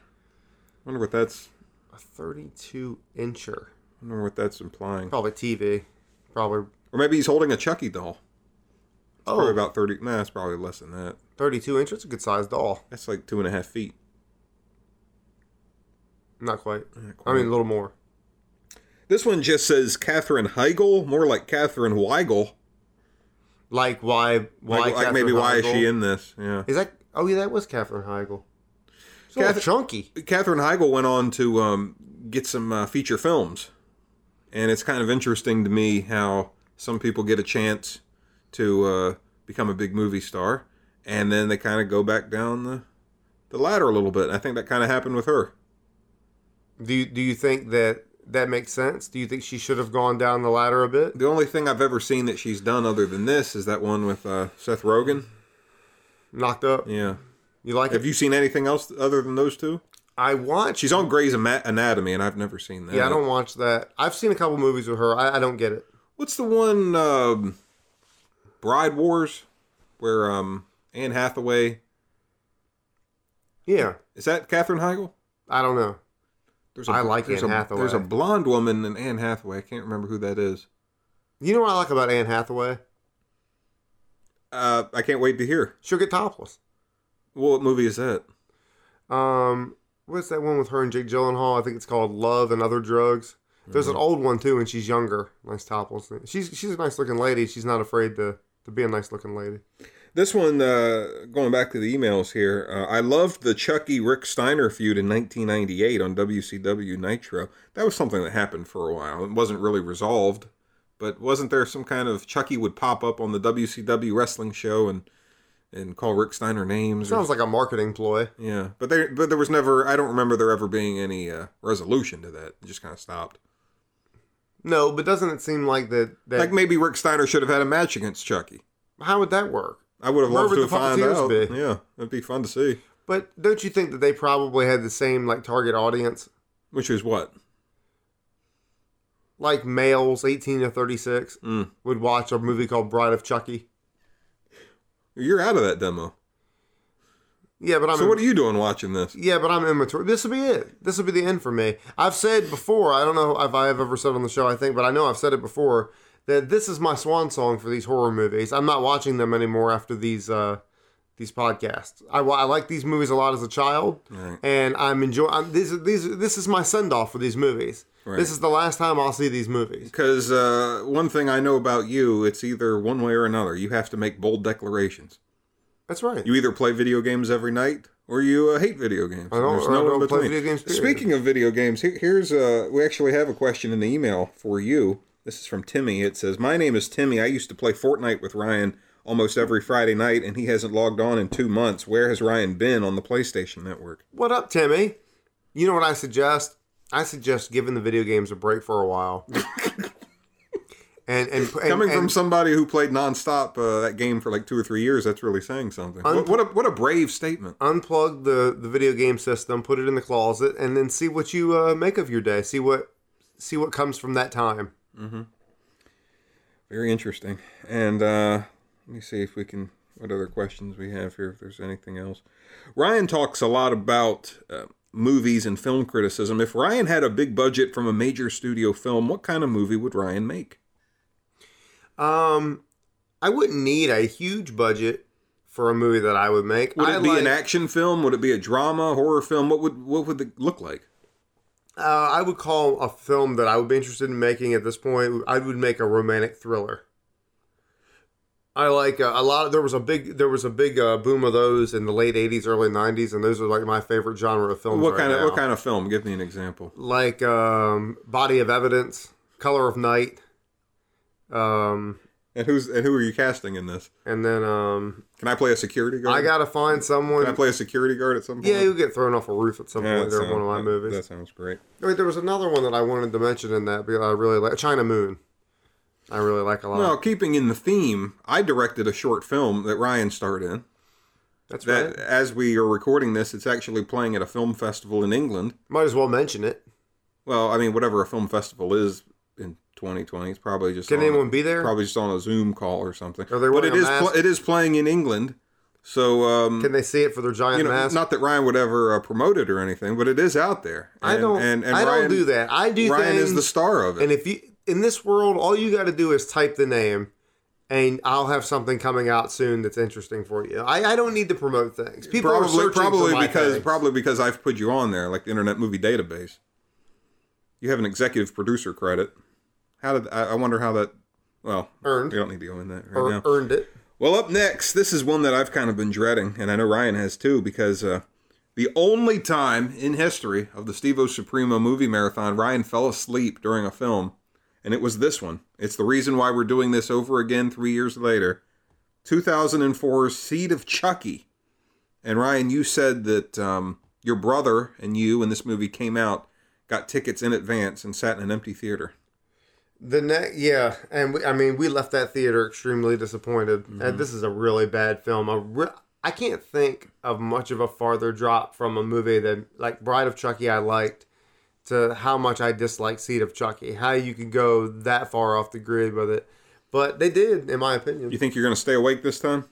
B: wonder what that's.
C: A thirty two incher.
B: wonder what that's implying.
C: Probably TV. Probably.
B: Or maybe he's holding a Chucky doll. Probably
C: Oh,
B: about 30. Nah, it's probably less than that.
C: 32 inch. It's a good sized doll.
B: That's like two and a half feet.
C: Not quite.
B: quite.
C: I mean, a little more.
B: This one just says Catherine Heigl, more like Catherine Weigel.
C: Like, why? Why?
B: Like, like
C: Katherine
B: maybe why is
C: Heigl?
B: she in this? Yeah.
C: Is that. Oh, yeah, that was Katherine Heigl. She's a
B: Kath-
C: little chunky.
B: Catherine Heigl went on to um, get some uh, feature films, and it's kind of interesting to me how some people get a chance to uh, become a big movie star, and then they kind of go back down the the ladder a little bit. I think that kind of happened with her.
C: Do you, do you think that that makes sense? Do you think she should have gone down the ladder a bit?
B: The only thing I've ever seen that she's done other than this is that one with uh, Seth Rogen.
C: Knocked up?
B: Yeah.
C: You like
B: Have
C: it?
B: you seen anything else other than those two?
C: I watch.
B: She's on Grey's Ama- Anatomy, and I've never seen that.
C: Yeah, I don't watch that. I've seen a couple movies with her. I, I don't get it.
B: What's the one um, Bride Wars where um Anne Hathaway
C: Yeah.
B: is that Katherine Heigl?
C: I don't know.
B: There's
C: I like
B: there's
C: Anne
B: a-
C: Hathaway.
B: There's a blonde woman in Anne Hathaway. I can't remember who that is.
C: You know what I like about Anne Hathaway?
B: Uh, I can't wait to hear.
C: She'll get topless.
B: What movie is that?
C: Um, what's that one with her and Jake Gyllenhaal? I think it's called Love and Other Drugs. There's
B: Mm-hmm.
C: an old one too, and she's younger. Nice topless. She's she's a nice looking lady. She's not afraid to to be a nice looking lady.
B: Mm-hmm. This one, uh, going back to the emails here, uh, I loved the Chucky Rick Steiner feud in 1998 on WCW Nitro. That was something that happened for a while. It wasn't really resolved, but wasn't there some kind of Chucky would pop up on the WCW wrestling show and and call Rick Steiner names? or-
C: Sounds like a marketing ploy.
B: yeah, but there but there was never. I don't remember there ever being any uh, resolution to that. It just kind of stopped.
C: No, but doesn't it seem like that? that
B: Like maybe Rick Steiner should have had a match against Chucky.
C: how would that work?
B: I would have
C: Where
B: loved
C: would
B: to
C: the
B: find
C: Puppeteers
B: out.
C: be?
B: Yeah, it'd be fun to see.
C: But don't you think that they probably had the same like target audience,
B: Which is what.
C: like males eighteen to thirty six
B: Mm.
C: would watch a movie called Bride of Chucky?
B: You're out of that demo.
C: Yeah, but I'm
B: so what are you doing watching this?
C: Yeah, but I'm immature. This will be it. This will be the end for me. I've said before, I don't know if I have ever said on the show, I think, but I know I've said it before, that this is my swan song for these horror movies. I'm not watching them anymore after these uh, these podcasts. I, wa- I like these movies a lot as a child,
B: Right.
C: and I'm enjoying. These, are- these, are- this is my send off for these movies. This is the last time I'll see these movies.
B: Because uh, one thing I know about you, it's either one way or another. You have to make bold declarations.
C: That's right.
B: You either play video games every night or you uh, hate video games.
C: I don't-
B: There's
C: I
B: no in
C: don't play
B: between.
C: video games, period.
B: Speaking of video games, here, here's uh, we actually have a question in the email for you. This is from Timmy. It says, "My name is Timmy. I used to play Fortnite with Ryan almost every Friday night, and he hasn't logged on in two months. Where has Ryan been on the PlayStation Network?"
C: What up, Timmy? You know what I suggest? I suggest giving the video games a break for
B: [LAUGHS]
C: a while. and, and and
B: Coming from
C: and-
B: somebody who played nonstop uh, that game for like two or three years, that's really saying something.
C: Un-
B: What, what a what a brave statement.
C: unplug the the video game system, put it in the closet, and then see what you uh, make of your day. See what see what comes from that time.
B: Very interesting. And uh, let me see if we can. What other questions we have here? If there's anything else, Ryan talks a lot about uh, movies and film criticism. If Ryan had a big budget from a major studio film, what kind of movie would Ryan make?
C: Um, I wouldn't need a huge budget for a movie that I would make.
B: Would it
C: I
B: be an
C: like-
B: action film? Would it be a drama, horror film? What would what would it look like?
C: Uh, I would call a film that I would be interested in making at this point. I would make a romantic thriller. I like uh, a lot. Of, there was a big there was a big uh, boom of those in the late '80s, early '90s, and those are like my favorite genre of films.
B: What
C: right
B: kind of
C: now.
B: what kind of film? Give me an example.
C: like um, Body of Evidence, Color of Night, um,
B: And who's and who are you casting in this?
C: and then um,
B: Can I play a security guard?
C: I gotta find someone.
B: Can I play a security guard at some point?
C: yeah, you'll get thrown off a roof at some
B: Yeah,
C: point.
B: that
C: They're one of my
B: sounds-
C: movies.
B: That sounds great.
C: Wait, there was another one that I wanted to mention in that because I really like China Moon. I really like a lot.
B: Well, keeping in the theme, I directed a short film that Ryan starred in.
C: That's
B: That,
C: right.
B: as we are recording this, it's actually playing at a film festival in England.
C: Might as well mention it.
B: Well, I mean, whatever a film festival is in 2020, it's probably just
C: Can
B: on-
C: anyone be there?
B: probably just on a Zoom call or something.
C: Are they
B: but
C: wearing
B: it
C: a
B: is
C: mask?
B: it is playing in England, so um,
C: Can they see it for their giant
B: you know,
C: mask?
B: not that Ryan would ever uh, promote it or anything, but it is out there.
C: I
B: And-
C: don't.
B: And, and
C: I
B: Ryan,
C: don't do that. I do
B: Ryan
C: things.
B: is the star of it.
C: and if you in this world, all you got to do is type the name, and I'll have something coming out soon that's interesting for you. I, I don't need to promote things. People are
B: probably
C: searching for
B: probably
C: my
B: because
C: things.
B: probably because I've put you on there, like the Internet Movie Database. You have an executive producer credit. How did I, I wonder how that? Well,
C: Earned.
B: We don't need to go in that right
C: Ear-
B: now.
C: earned it.
B: Well, up next, this is one that I've kind of been dreading, and I know Ryan has too, because uh, the only time in history of the Steve O Supremo movie marathon, Ryan fell asleep during a film, and it was this one. It's the reason why we're doing this over again three years later. 2004's Seed of Chucky. And Ryan, you said that um, your brother and you, when this movie came out, got tickets in advance and sat in an empty theater.
C: The next, yeah, and we, I mean, we left that theater extremely disappointed.
B: Mm-hmm.
C: And this is a really bad film. A re- I can't think of much of a farther drop from a movie than like Bride of Chucky. I liked to how much I disliked Seed of Chucky. How you could go that far off the grid with it, but they did, in my opinion.
B: You think you're going to stay awake this time?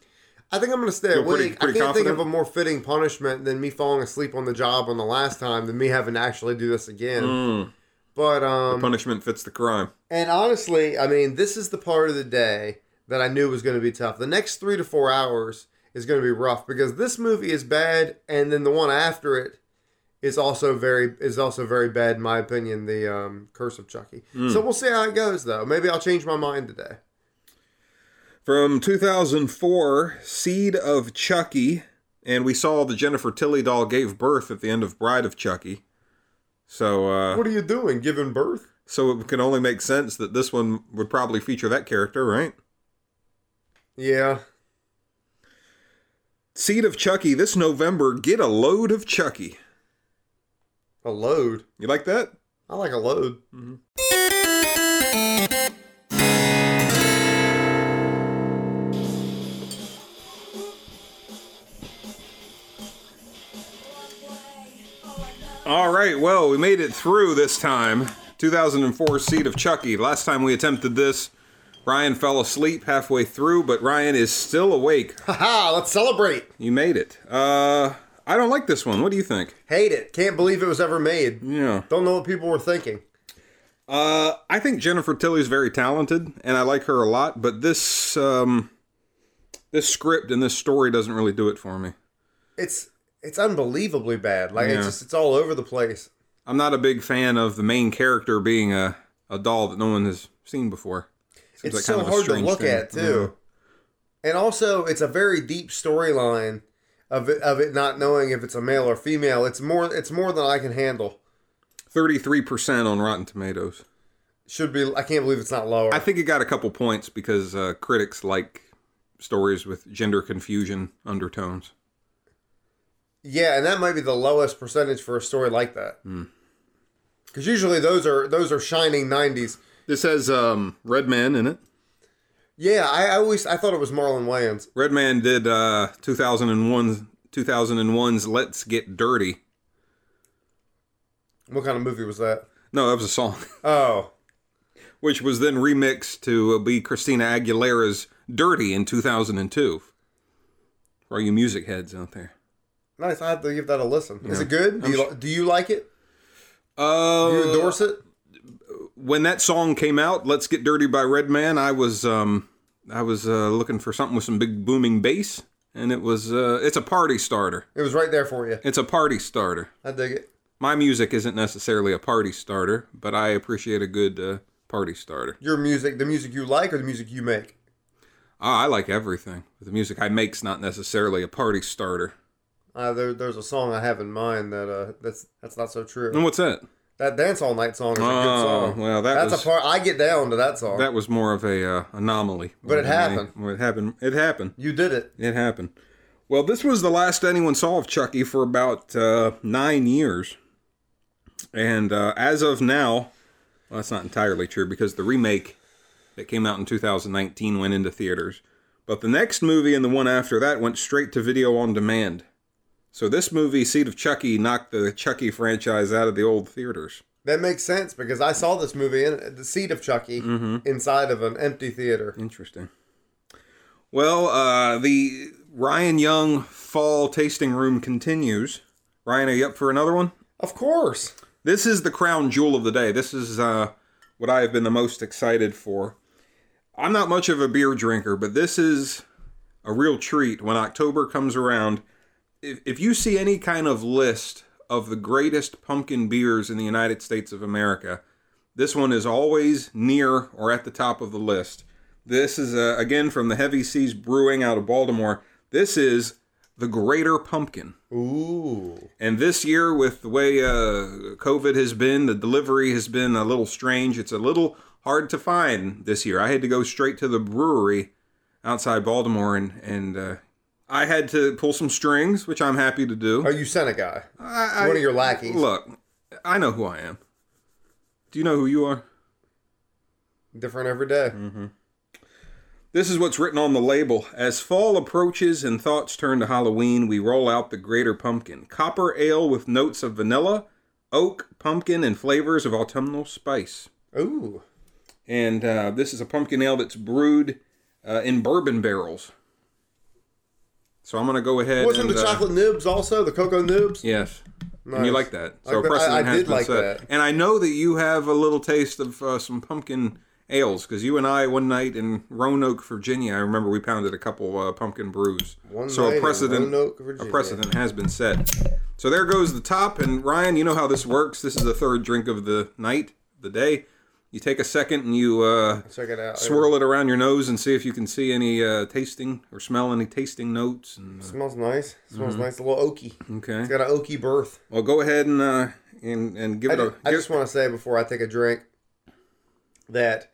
C: I think I'm going to stay
B: You're
C: awake.
B: pretty- pretty
C: I can't think
B: confident?
C: of a more fitting punishment than me falling asleep on the job on the last time than me having to actually do this again.
B: Mm.
C: But um,
B: Punishment fits the crime.
C: and honestly, I mean, this is the part of the day that I knew was going to be tough. The next three to four hours is going to be rough because this movie is bad, and then the one after it is also very is also very bad in my opinion. The um, Curse of Chucky. So we'll see how it goes, though. Maybe I'll change my mind today.
B: from 2004, Seed of Chucky, and we saw the Jennifer Tilly doll gave birth at the end of Bride of Chucky. So, uh,
C: What are you doing? Giving birth?
B: so it can only make sense that this one would probably feature that character, right?
C: Yeah.
B: Seed of Chucky this November. Get a load of Chucky.
C: A load.
B: You like that?
C: I like a load.
B: All right, well, we made it through this time. 2004 Seed of Chucky. Last time we attempted this, Ryan fell asleep halfway through, but Ryan is still awake.
C: Haha, let's celebrate.
B: You made it. Uh, I don't like this one. What do you think?
C: Hate it. Can't believe it was ever made.
B: Yeah.
C: Don't know what people were thinking.
B: Uh, I think Jennifer Tilly's very talented, and I like her a lot. But this um, this script and this story doesn't really do it for me.
C: it's it's unbelievably bad. Like
B: Yeah.
C: it's just it's all over the place.
B: I'm not a big fan of the main character being a, a doll that no one has seen before. Seems
C: it's
B: like
C: so
B: kind of a
C: hard to
B: strange
C: look
B: thing.
C: at too. And also, it's a very deep storyline of it, of it not knowing if it's a male or female. It's more it's more than I can handle.
B: Thirty-three percent on Rotten Tomatoes.
C: Should be I can't believe it's not lower.
B: I think it got a couple points because uh, critics like stories with gender confusion undertones.
C: yeah, and that might be the lowest percentage for a story like that.
B: Hmm.
C: Because usually those are those are shining nineties.
B: This has um, Red Man in it.
C: Yeah, I, I always I thought it was Marlon Wayans.
B: Redman did uh, 2001 2001's Let's Get Dirty.
C: What kind of movie was that?
B: No, that was a song, [LAUGHS]
C: Oh,
B: which was then remixed to uh, be Christina Aguilera's Dirty in 2002. For all you music heads out there.
C: nice. I have to give that a listen. Is it good? Do you, li- do you like it? Do you
B: Uh,
C: endorse it?
B: when that song came out, Let's Get Dirty by Redman, I was um, I was uh, looking for something with some big booming bass, and it was uh, it's a party starter.
C: It was right there for you.
B: It's a party starter.
C: I dig it.
B: My music isn't necessarily a party starter, but I appreciate a good uh, party starter.
C: Your music, the music you like, or the music you make.
B: Oh, I like everything. The music I make's not necessarily a party starter.
C: Uh, there, there's a song I have in mind that uh, that's that's not so true.
B: And what's that?
C: That dance all night song is a good
B: Oh,
C: song.
B: well, that
C: that's
B: was-
C: a part I get down to that song.
B: That was more of a uh, anomaly.
C: But it
B: Than any-
C: happened.
B: well, It happened. It happened.
C: you did it.
B: It happened. Well, this was the last anyone saw of Chucky for about uh, nine years, and uh, as of now, well, that's not entirely true because the remake that came out in 2019 went into theaters, but the next movie and the one after that went straight to video on demand. So this movie, Seed of Chucky, knocked the Chucky franchise out of the old theaters.
C: That makes sense because I saw this movie in the seat of Chucky
B: Mm-hmm.
C: inside of an empty theater.
B: Interesting. Well, uh, the Ryan Young Fall Tasting Room continues. Ryan, are you up for another one?
C: Of course,
B: This is the crown jewel of the day. This is uh, what I have been the most excited for. I'm not much of a beer drinker, but this is a real treat when October comes around. If, if you see any kind of list of the greatest pumpkin beers in the United States of America, this one is always near or at the top of the list. This is, uh, again, from the Heavy Seas Brewing out of Baltimore. This is the Greater Pumpkin.
C: ooh,
B: And this year, with the way uh, COVID has been, the delivery has been a little strange. It's a little hard to find this year. I had to go straight to the brewery outside Baltimore, and and uh, I had to pull some strings, which I'm happy to do.
C: are you sent a guy?
B: I, I-
C: One of your lackeys.
B: Look, I know who I am. Do you know who you are?
C: Different every day.
B: This is what's written on the label. As fall approaches and thoughts turn to Halloween, we roll out the Greater Pumpkin. Copper ale with notes of vanilla, oak, pumpkin, and flavors of autumnal spice.
C: Ooh,
B: And uh, this is a pumpkin ale that's brewed uh, in bourbon barrels. So I'm going to go ahead
C: wasn't
B: and,
C: the
B: uh,
C: chocolate nibs also the cocoa nibs?
B: Yes. And you
C: Nice.
B: like that.
C: Like
B: So
C: that. I-
B: precedent
C: I
B: has
C: did
B: been
C: like
B: set.
C: that.
B: And I know that you have a little taste of uh, some pumpkin ales because you and I one night in Roanoke, Virginia, I remember we pounded a couple uh, pumpkin brews.
C: One
B: so
C: night
B: a
C: in
B: precedent,
C: Roanoke,
B: a
C: Virginia.
B: precedent has been set. So there goes the top. And Ryan, you know how this works. This is the third drink of the night, the day. You take a second and you uh,
C: Check it out.
B: swirl it around your nose and see if you can see any uh, tasting or smell any tasting notes. And,
C: It smells nice. It smells
B: Mm-hmm.
C: nice. A little oaky.
B: okay.
C: It's got an oaky birth.
B: Well, go ahead and uh, and and give
C: I,
B: it a.
C: ju- I
B: give-
C: just want to say before I take a drink that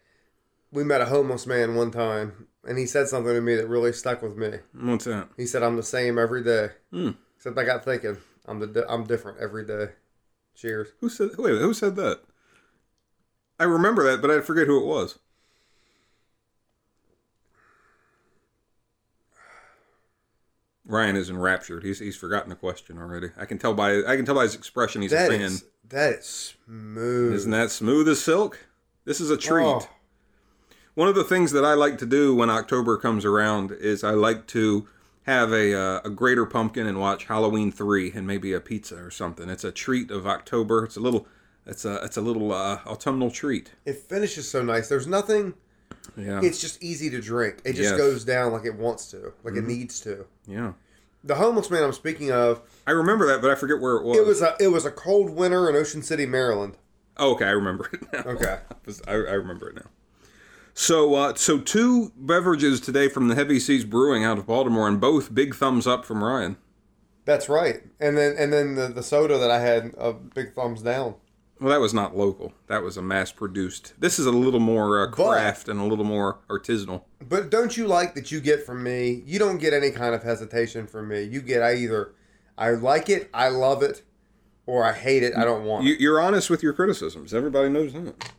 C: we met a homeless man one time, and he said something to me that really stuck with me.
B: What's that?
C: He said, "I'm the same every day."
B: Hmm.
C: Except I got thinking, I'm the di- I'm different every day. Cheers.
B: Who said? Wait, a minute, who said that? I remember that, but I forget who it was. Ryan is enraptured. He's he's forgotten the question already. I can tell by I can tell by his expression he's
C: That
B: a fan.
C: is that is smooth.
B: Isn't that smooth as silk? This is a treat.
C: Oh.
B: One of the things that I like to do when October comes around is I like to have a, uh, a greater pumpkin and watch Halloween three and maybe a pizza or something. It's a treat of October. It's a little, it's a it's a little uh, autumnal treat.
C: It finishes so nice. There's nothing.
B: Yeah,
C: It's just easy to drink. It just
B: Yes. Mm-hmm.
C: goes down like it wants to, like it needs to.
B: yeah.
D: The homeless man I'm speaking of,
B: I remember that, but I forget where it was.
D: it was a it was a cold winter in Ocean City, Maryland.
B: oh, okay, I remember it now.
D: Okay.
B: [LAUGHS] I, I remember it now. So, uh, so two beverages today from the Heavy Seas Brewing out of Baltimore, and both big thumbs up from Ryan.
D: That's right. And then and then the, the soda that I had a big thumbs down.
B: Well, that was not local. That was a mass-produced. This is a little more uh, craft and a little more artisanal.
D: But don't you like that you get from me? You don't get any kind of hesitation from me. You get I either I like it, I love it, or I hate it, I don't want
B: You,
D: it.
B: you're honest with your criticisms. Everybody knows that.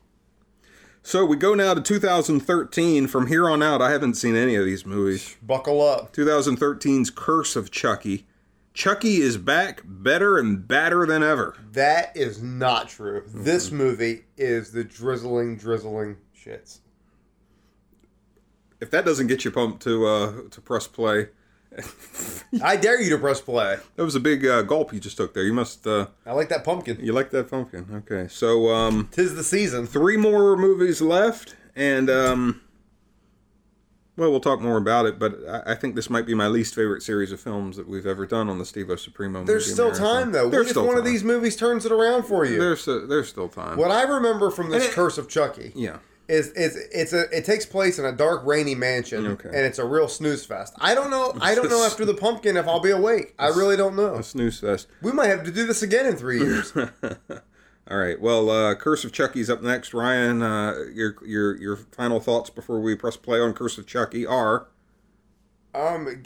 B: So we go now to 2013. From here on out, I haven't seen any of these movies.
D: Buckle up.
B: 2013's Curse of Chucky. Chucky is back, better and badder than ever.
D: That is not true. This movie is the drizzling, drizzling shits.
B: If that doesn't get you pumped to uh, to press play, [LAUGHS]
D: I dare you to press play.
B: that was a big uh, gulp you just took there. You must uh,
D: I like that pumpkin.
B: you like that pumpkin. Okay, so um,
D: Tis the season.
B: three more movies left, and um, well, we'll talk more about it. But I, I think this might be my least favorite series of films that we've ever done on the Steve O Supremo.
D: There's
B: Movie
D: still
B: Marathon.
D: time though. What
B: There's
D: if
B: still
D: one of
B: time.
D: these movies turns it around for you?
B: There's uh, there's still time.
D: What I remember from this Curse of Chucky
B: Yeah.
D: is is it's a it takes place in a dark, rainy mansion,
B: Okay.
D: and it's a real snooze fest. I don't know. I don't
C: [LAUGHS]
D: know after the pumpkin if I'll be awake. I really don't know.
B: Snooze fest.
D: We might have to do this again in
C: [LAUGHS]
D: three years.
B: All right. Well, uh, Curse of Chucky's up next. Ryan, uh, your your your final thoughts before we press play on Curse of Chucky are.
D: um,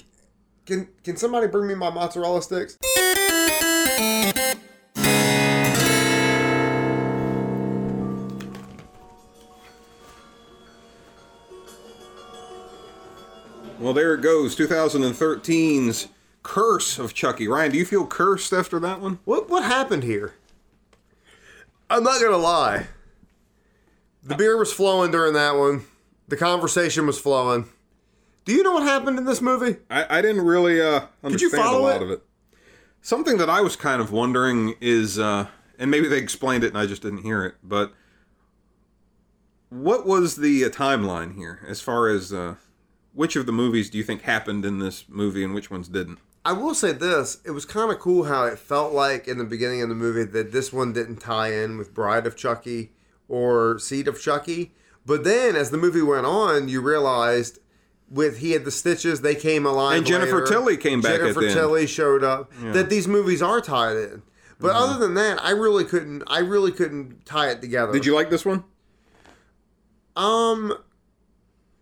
D: can can somebody bring me my mozzarella sticks?
B: Well, there it goes. 2013's Curse of Chucky. Ryan, do you feel cursed after that one?
C: What what happened here?
D: I'm not gonna lie.
C: The beer was flowing during that one. The conversation was flowing. Do you know what happened in this movie?
B: I, I didn't really uh, understand
C: you follow
B: a lot
C: it?
B: of it. Something that I was kind of wondering is, uh, and maybe they explained it and I just didn't hear it, but what was the uh, timeline here as far as uh, which of the movies do you think happened in this movie and which ones didn't?
C: I will say this, it was kind of cool how it felt like in the beginning of the movie that this one didn't tie in with Bride of Chucky or Seed of Chucky. But then as the movie went on, you realized with he had the stitches, they came alive.
B: And Jennifer
C: later.
B: Tilly came back at
C: Jennifer
B: the end.
C: Tilly showed up. That these movies are tied in. But
B: Mm-hmm.
C: other than that, I really couldn't I really couldn't tie it together.
B: Did you like this one?
C: Um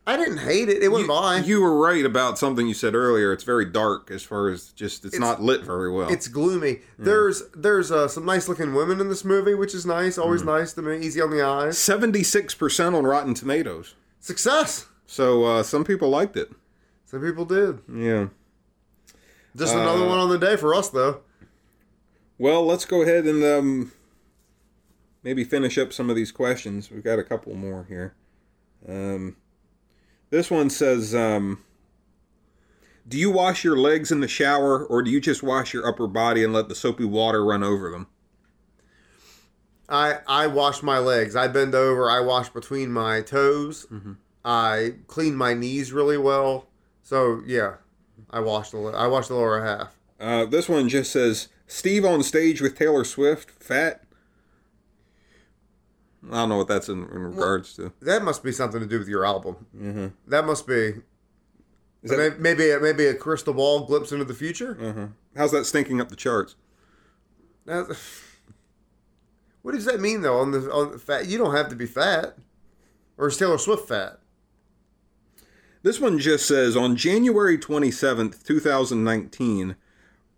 C: I didn't hate it. It went
B: You,
C: by.
B: you were right about something you said earlier. It's very dark as far as just it's, not lit very well.
C: it's gloomy. There's there's uh, some nice looking women in this movie, which is nice. Always nice to me. Easy on the eyes.
B: seventy six percent on Rotten Tomatoes.
C: Success.
B: So uh, some people liked it.
C: Some people did.
B: Yeah.
C: Just another one on the day for us, though.
B: Well, let's go ahead and um, maybe finish up some of these questions. We've got a couple more here. Um, this one says, um, "Do you wash your legs in the shower, or do you just wash your upper body and let the soapy water run over them?"
C: I I wash my legs. I bend over. I wash between my toes. I clean my knees really well. So yeah, I wash the I wash the lower half.
B: Uh, this one just says, "Steve on stage with Taylor Swift, fat." I don't know what that's in, in regards to.
C: That must be something to do with your album. Mm-hmm. That must be. may- maybe maybe a crystal ball glimpse into the future.
B: Uh-huh. How's that stinking up the charts?
C: Now, what does that mean though? On the on the fat, you don't have to be fat, or is Taylor Swift fat?
B: This one just says on January 27th, 2019,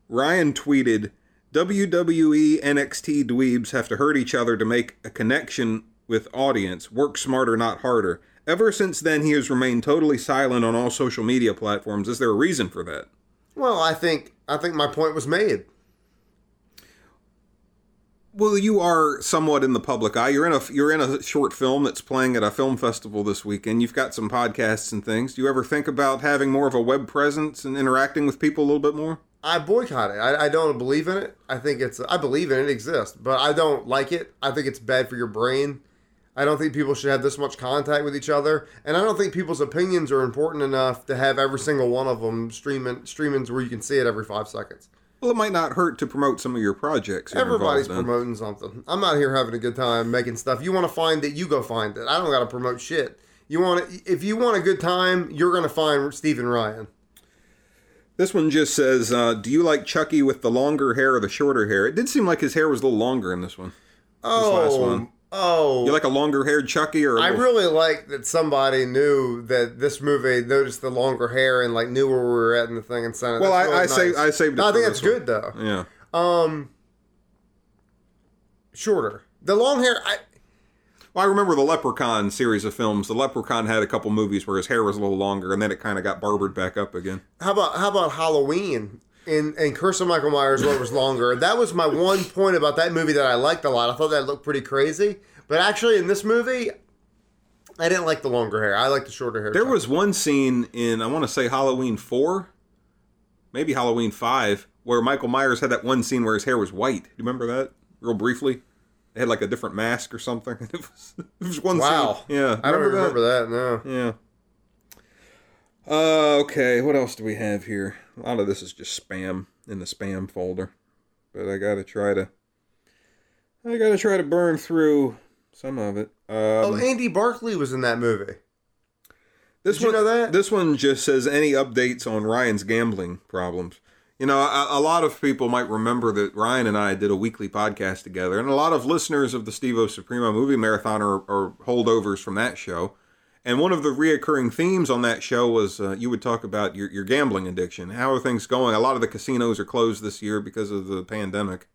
B: Ryan tweeted E WWE NXT dweebs have to hurt each other to make a connection with audience. Work smarter, not harder. Ever since then, he has remained totally silent on all social media platforms. Is there a reason for that?
C: Well, I think I think my point was made.
B: Well, you are somewhat in the public eye. You're in a you're in a short film that's playing at a film festival this weekend. You've got some podcasts and things. Do you ever think about having more of a web presence and interacting with people a little bit more?
C: I boycott it. I, I don't believe in it. I think it's I believe in it, it exists, but I don't like it. I think it's bad for your brain. I don't think people should have this much contact with each other, and I don't think people's opinions are important enough to have every single one of them streaming streamings where you can see it every five seconds.
B: Well, it might not hurt to promote some of your projects. you're
C: Everybody's
B: involved in.
C: promoting something. I'm out here having a good time making stuff. You want to find it, you go find it. I don't got to promote shit. You want to, if you want a good time, you're gonna find Stephen Ryan.
B: This one just says, uh, "Do you like Chucky with the longer hair or the shorter hair?" It did seem like his hair was a little longer in this one.
C: Oh,
B: last one.
C: oh,
B: You like a longer-haired Chucky, or a
C: I
B: little-
C: really like that somebody knew that this movie noticed the longer hair and like knew where we were at in the thing and sent it.
B: Well,
C: That's
B: I-
C: really
B: I saved- I saved it
C: No, I think
B: for
C: that's
B: this one.
C: good though.
B: yeah.
C: Um, shorter. The long hair. I
B: Well, I remember the Leprechaun series of films. The Leprechaun had a couple movies where his hair was a little longer, and then it kind of got barbered back up again.
C: how about how about Halloween and and Curse of Michael Myers? What was longer? That was my one point about that movie that I liked a lot. I thought that looked pretty crazy, but actually in this movie, I didn't like the longer hair. I like the shorter hair.
B: There
C: type.
B: was one scene in I want to say Halloween four, maybe Halloween five, where Michael Myers had that one scene where his hair was white. Do you remember that? Real briefly, they had like a different mask or something. [LAUGHS] It was, it was one
C: wow.
B: scene. Yeah,
C: I don't remember that. Oh, No.
B: Yeah. Uh, okay, what else do we have here? A lot of this is just spam in the spam folder, but I gotta try to. I gotta try to burn through some of it. Um,
C: Oh, Andy Barkley was in that movie.
B: This
C: Did you
B: one,
C: know that?
B: This one just says any updates on Ryan's gambling problems. You know, a, a lot of people might remember that Ryan and I did a weekly podcast together, and a lot of listeners of the Steve O Supremo movie marathon are, are holdovers from that show. And one of the reoccurring themes on that show was uh, you would talk about your, your gambling addiction. How are things going? A lot of the casinos are closed this year because of the pandemic.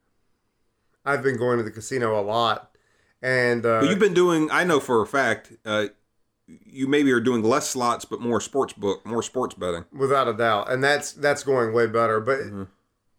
C: I've been going to the casino a lot, and uh,
B: But you've been doing, I know for a fact, uh, you maybe are doing less slots, but more sports book, more sports betting.
C: without a doubt, and that's that's going way better. But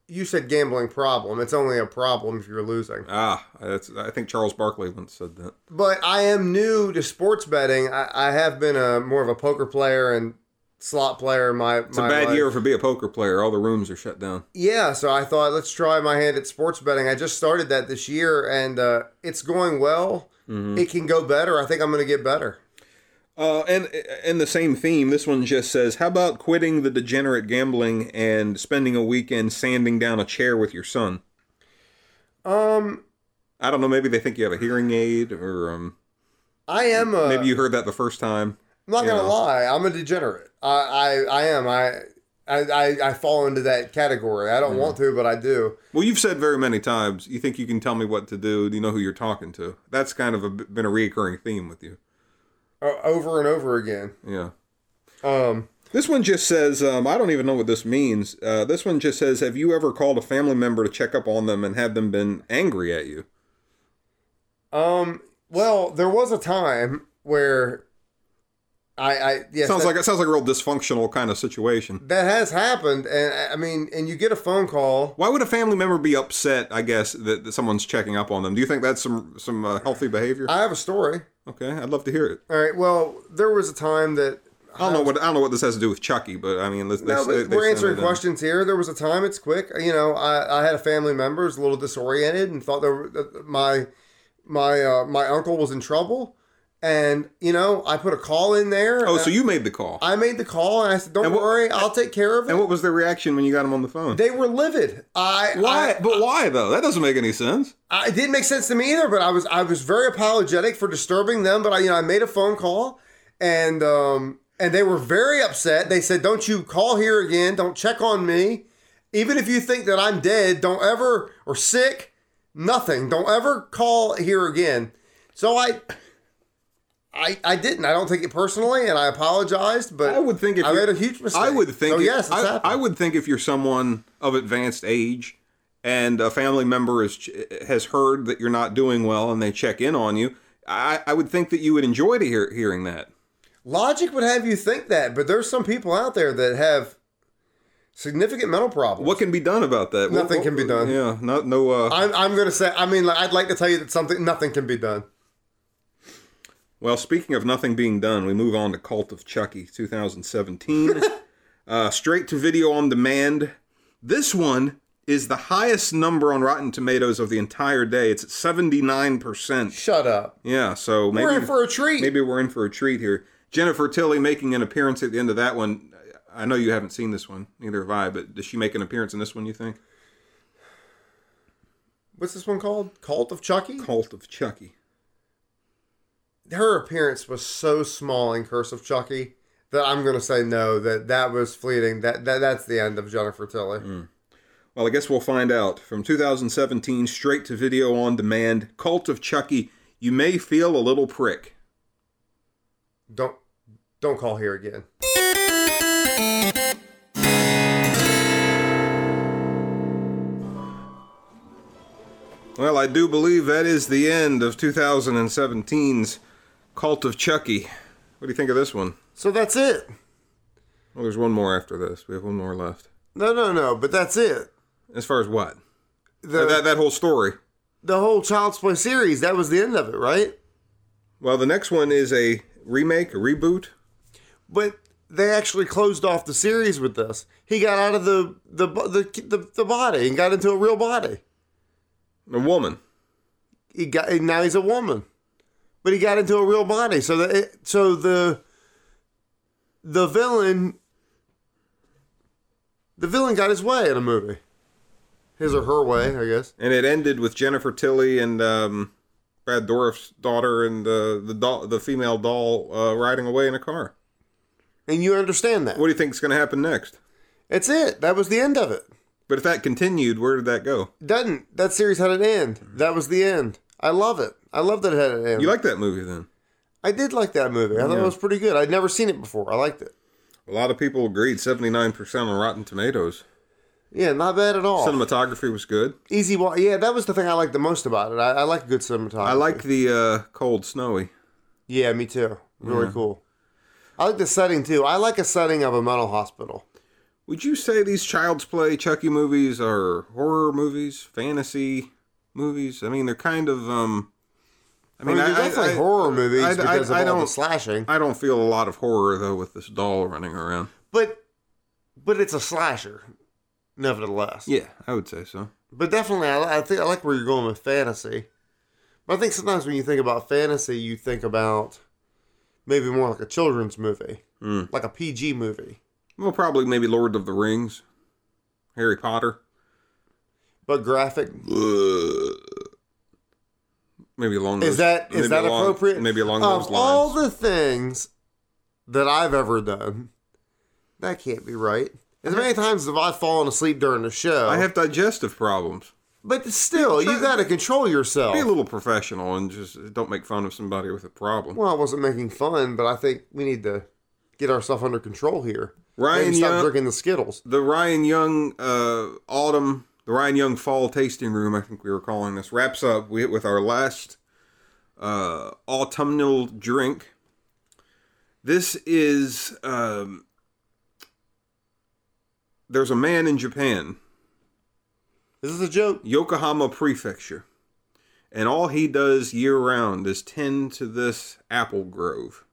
C: you said gambling problem. It's only a problem if you're losing.
B: Ah, that's. I think Charles Barkley once said that.
C: But I am new to sports betting. I, I have been a more of a poker player and slot player. in My
B: It's a bad year for be a poker player. All the rooms are shut down.
C: Yeah, so I thought let's try my hand at sports betting. I just started that this year, and uh, it's going well.
B: Mm-hmm.
C: It can go better. I think I'm going to get better.
B: Uh, and and the same theme. This one just says, "How about quitting the degenerate gambling and spending a weekend sanding down a chair with your son?"
C: Um,
B: I don't know. Maybe they think you have a hearing aid, or um,
C: I am. A,
B: maybe you heard that the first time.
C: I'm not
B: you
C: gonna
B: know.
C: lie, I'm a degenerate. I I, I am. I, I I I fall into that category. I
B: Mm-hmm.
C: don't want to, but I do.
B: Well, you've said very many times. You think you can tell me what to do. Do you know who you're talking to? That's kind of a, been a reoccurring theme with you.
C: o- uh, Over and over again.
B: Yeah.
C: Um,
B: This one just says, um, I don't even know what this means. Uh, this one just says, Have you ever called a family member to check up on them and have them been angry at you?
C: um. Well, there was a time where I I yes,
B: sounds
C: that,
B: like it sounds like a real dysfunctional kind of situation.
C: that has happened, and I- I mean, and you get a phone call.
B: Why would a family member be upset? I guess that, that someone's checking up on them. Do you think that's some some uh, healthy behavior?
C: I have a story.
B: okay, I'd love to hear it.
C: All right. Well, there was a time that
B: I don't know what I don't know what this has to do with Chucky, but I mean, they, they,
C: No,
B: they-
C: but
B: they
C: we're
B: send
C: answering
B: it uh, in.
C: questions here. There was a time. It's quick. You know, I, I had a family member who's a little disoriented and thought that were- that my my uh, my uncle was in trouble, and you know, I put a call in there.
B: Oh,
C: and
B: so you made the call.
C: I made the call and I said, "Don't
B: And what-
C: worry, I'll take care of it."
B: and what was their reaction when you got them on the phone?
C: they were livid. I
B: why?
C: I-
B: but why though? That doesn't make any sense.
C: I, Uh, it didn't make sense to me either, but I was I was very apologetic for disturbing them. But I you know I made a phone call, and um and they were very upset. They said, "Don't you call here again? Don't check on me. Even if you think that I'm dead, don't ever or sick, nothing. Don't ever call here again." So I. I, I didn't. I don't take it personally, and I apologized. But
B: I would think if
C: I
B: you-
C: made a huge mistake.
B: I would think.
C: So,
B: if-
C: Oh, yes, it's
B: I,
C: happened.
B: I would think if you're someone of advanced age and a family member is has heard that you're not doing well and they check in on you, I, I would think that you would enjoy to hear hearing that.
C: Logic would have you think that, but there's some people out there that have significant mental problems.
B: What can be done about that? What-
C: Nothing
B: what-
C: can be done.
B: Yeah. Not no. Uh,
C: I'm, I'm gonna say. I mean, like, I'd like to tell you that something, nothing can be done.
B: Well, speaking of nothing being done, we move on to Cult of Chucky
C: [LAUGHS]
B: 2017. uh, straight to video on demand. This one is the highest number on Rotten Tomatoes of the entire day. It's at 79%.
C: Shut up.
B: Yeah, so maybe
C: We're in for a treat.
B: maybe we're in for a treat here. Jennifer Tilly making an appearance at the end of that one. I know you haven't seen this one, neither have I, but does she make an appearance in this one, you think?
C: What's this one called? Cult of Chucky?
B: Cult of Chucky.
C: Her appearance was so small in Curse of Chucky that I'm going to say no, that that was fleeting. That, that That's the end of Jennifer Tilly.
B: Mm. Well, I guess we'll find out. From 2017, straight to video on demand, Cult of Chucky, you may feel a little prick.
C: Don't don't call here again.
B: Well, I do believe that is the end of 2017's Cult of Chucky. What do you think of this one?
C: So that's it.
B: Well, there's one more after this. We have one more left.
C: No, no, no. But that's it.
B: As far as what?
C: The,
B: that, that whole story.
C: the whole Child's Play series, that was the end of it, right?
B: Well, the next one is a remake, a reboot.
C: But they actually closed off the series with this. He got out of the the bo- the the, the body and got into a real body.
B: A woman.
C: He got and now he's a woman, but he got into a real body. So that it, so the the villain the villain got his way in a movie. His or her way, I guess.
B: And it ended with Jennifer Tilly and um, Brad Dourif's daughter and uh, the doll, the female doll uh, riding away in a car.
C: And you understand that.
B: What do you think's going to happen next?
C: It's it. That was the end of it.
B: But if that continued, where did that go?
C: Doesn't that series had an end? That was the end. I love it. I love that it had an end.
B: You like that movie then?
C: I did like that movie. I thought it was pretty good. I'd never seen it before. I liked it.
B: A lot of people agreed, seventy nine percent on Rotten Tomatoes.
C: Yeah, not bad at all.
B: Cinematography was good.
C: Easy watch. Yeah, that was the thing I liked the most about it. I, I like good cinematography.
B: I like the uh, cold, snowy.
C: Yeah, me too. Really cool. I like the setting too. I like a setting of a mental hospital.
B: Would you say these Child's Play Chucky movies are horror movies, fantasy movies? I mean, they're kind of. um I
C: I mean,
B: mean, I,
C: they're
B: I,
C: definitely
B: I-
C: horror movies
B: I- I-
C: because
B: I
C: of all the
B: don't-
C: slashing.
B: I don't feel a lot of horror though with this doll running around.
C: but but it's a slasher, nevertheless.
B: Yeah, I would say so.
C: But definitely, I, li- I think I like where you're going with fantasy. But I think sometimes when you think about fantasy, you think about maybe more like a children's movie,
B: Mm.
C: like a PG movie.
B: Well, probably maybe Lord of the Rings, Harry Potter,
C: But graphic
B: maybe along.
C: is
B: those-
C: that
B: maybe
C: is that
B: along-
C: appropriate?
B: Maybe along
C: of
B: those lines.
C: all the things that I've ever done, that can't be right. As many times as I've fallen asleep during the show,
B: I have digestive problems.
C: But still, you got to control yourself.
B: Be a little professional and just don't make fun of somebody with a problem.
C: Well, I wasn't making fun, but I think we need to get ourselves under control here.
B: Ryan
C: Maybe stop
B: Young-
C: drinking the Skittles.
B: the Ryan Young uh, autumn, the Ryan Young fall tasting room, I think we were calling this, wraps up wi- with our last uh, autumnal drink. This is um, there's a man in Japan,
C: Is this a joke?
B: Yokohama Prefecture, and all he does year round is tend to this apple grove.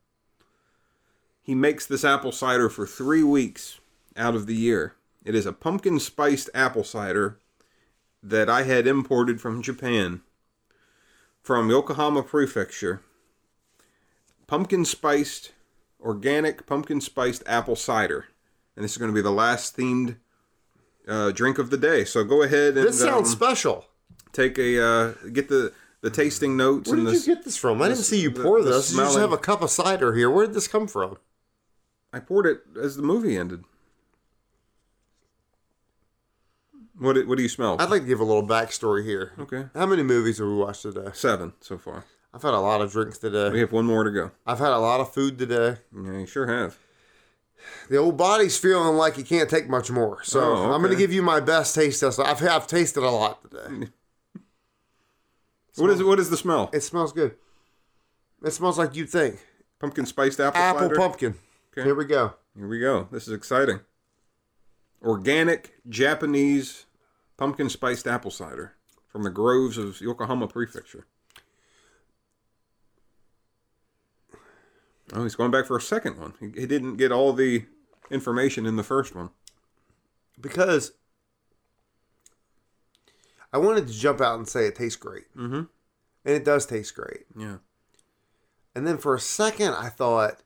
B: He makes this apple cider for three weeks out of the year. It is a pumpkin spiced apple cider that I had imported from Japan, from Yokohama Prefecture. Pumpkin spiced, organic pumpkin spiced apple cider. And this is going to be the last themed uh, drink of the day. So go ahead and
C: This sounds
B: um,
C: special.
B: take a uh, get the the tasting notes
C: Where
B: and
C: did
B: the
C: you get this from? I didn't
B: this-
C: see you
B: the-
C: pour
B: the
C: this. You just
B: smelling-
C: have a cup of cider here. Where did this come from?
B: I poured it as the movie ended. What do- what do you smell?
C: I'd like to give a little backstory here.
B: okay,
C: How many movies have we watched today?
B: seven so far.
C: I've had a lot of drinks
B: We
C: today.
B: have one more to go.
C: I've had a lot of food today.
B: Yeah, you sure have.
C: The old body's feeling like it can't take much more. So
B: Oh, okay.
C: I'm going to give you my best taste test. I've, I've tasted a lot today.
B: What is what is the smell?
C: It smells good. It smells like you'd think.
B: Pumpkin spiced apple
C: Apple
B: cider?
C: pumpkin.
B: Okay.
C: Here we go.
B: Here we go. This is exciting. Organic Japanese pumpkin spiced apple cider from the groves of Yokohama Prefecture. Oh, he's going back for a second one. He, he didn't get all the information in the first one.
C: Because I wanted to jump out and say it tastes great. Mm-hmm. And it does taste great.
E: Yeah.
C: And then for a second, I thought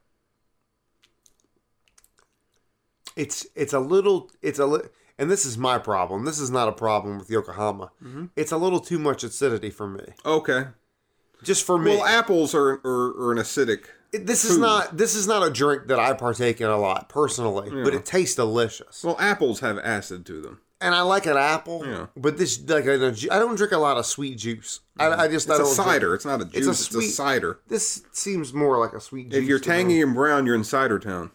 C: it's it's a little it's a li- and this is my problem. This is not a problem with Yokohama. It's a little too much acidity for me.
B: Okay.
C: Just for me.
B: Well, apples are, are, are an acidic.
C: It- this is not this is not a drink that I partake in a lot personally, but it tastes delicious.
B: Well, apples have acid to them.
C: And I like an apple,
B: Yeah.
C: but this like I don't, I don't drink a lot of sweet juice. I, I just I
B: It's a
C: don't drink-
B: cider. It's not a juice. It's a,
C: sweet-
B: cider.
C: This seems more like a sweet juice.
B: If you're
C: to me.
B: tangy and brown, you're in cider town.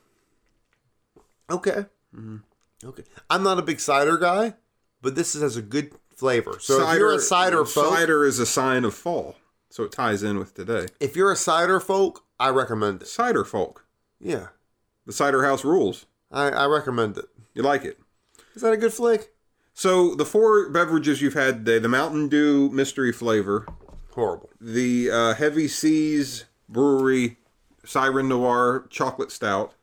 C: Okay.
B: Mm-hmm.
C: Okay. I'm not a big cider guy, but this has a good flavor. So if you're a cider folk,
B: cider is a sign of fall, so it ties in with today.
C: if you're a cider folk, I recommend it.
B: Cider folk.
C: Yeah,
B: The cider house rules.
C: I, I recommend it.
B: You like it.
C: Is that a good flick?
B: So the four beverages you've had today: the Mountain Dew mystery flavor,
C: Horrible.
B: the uh, Heavy Seas Brewery Siren Noir Chocolate Stout,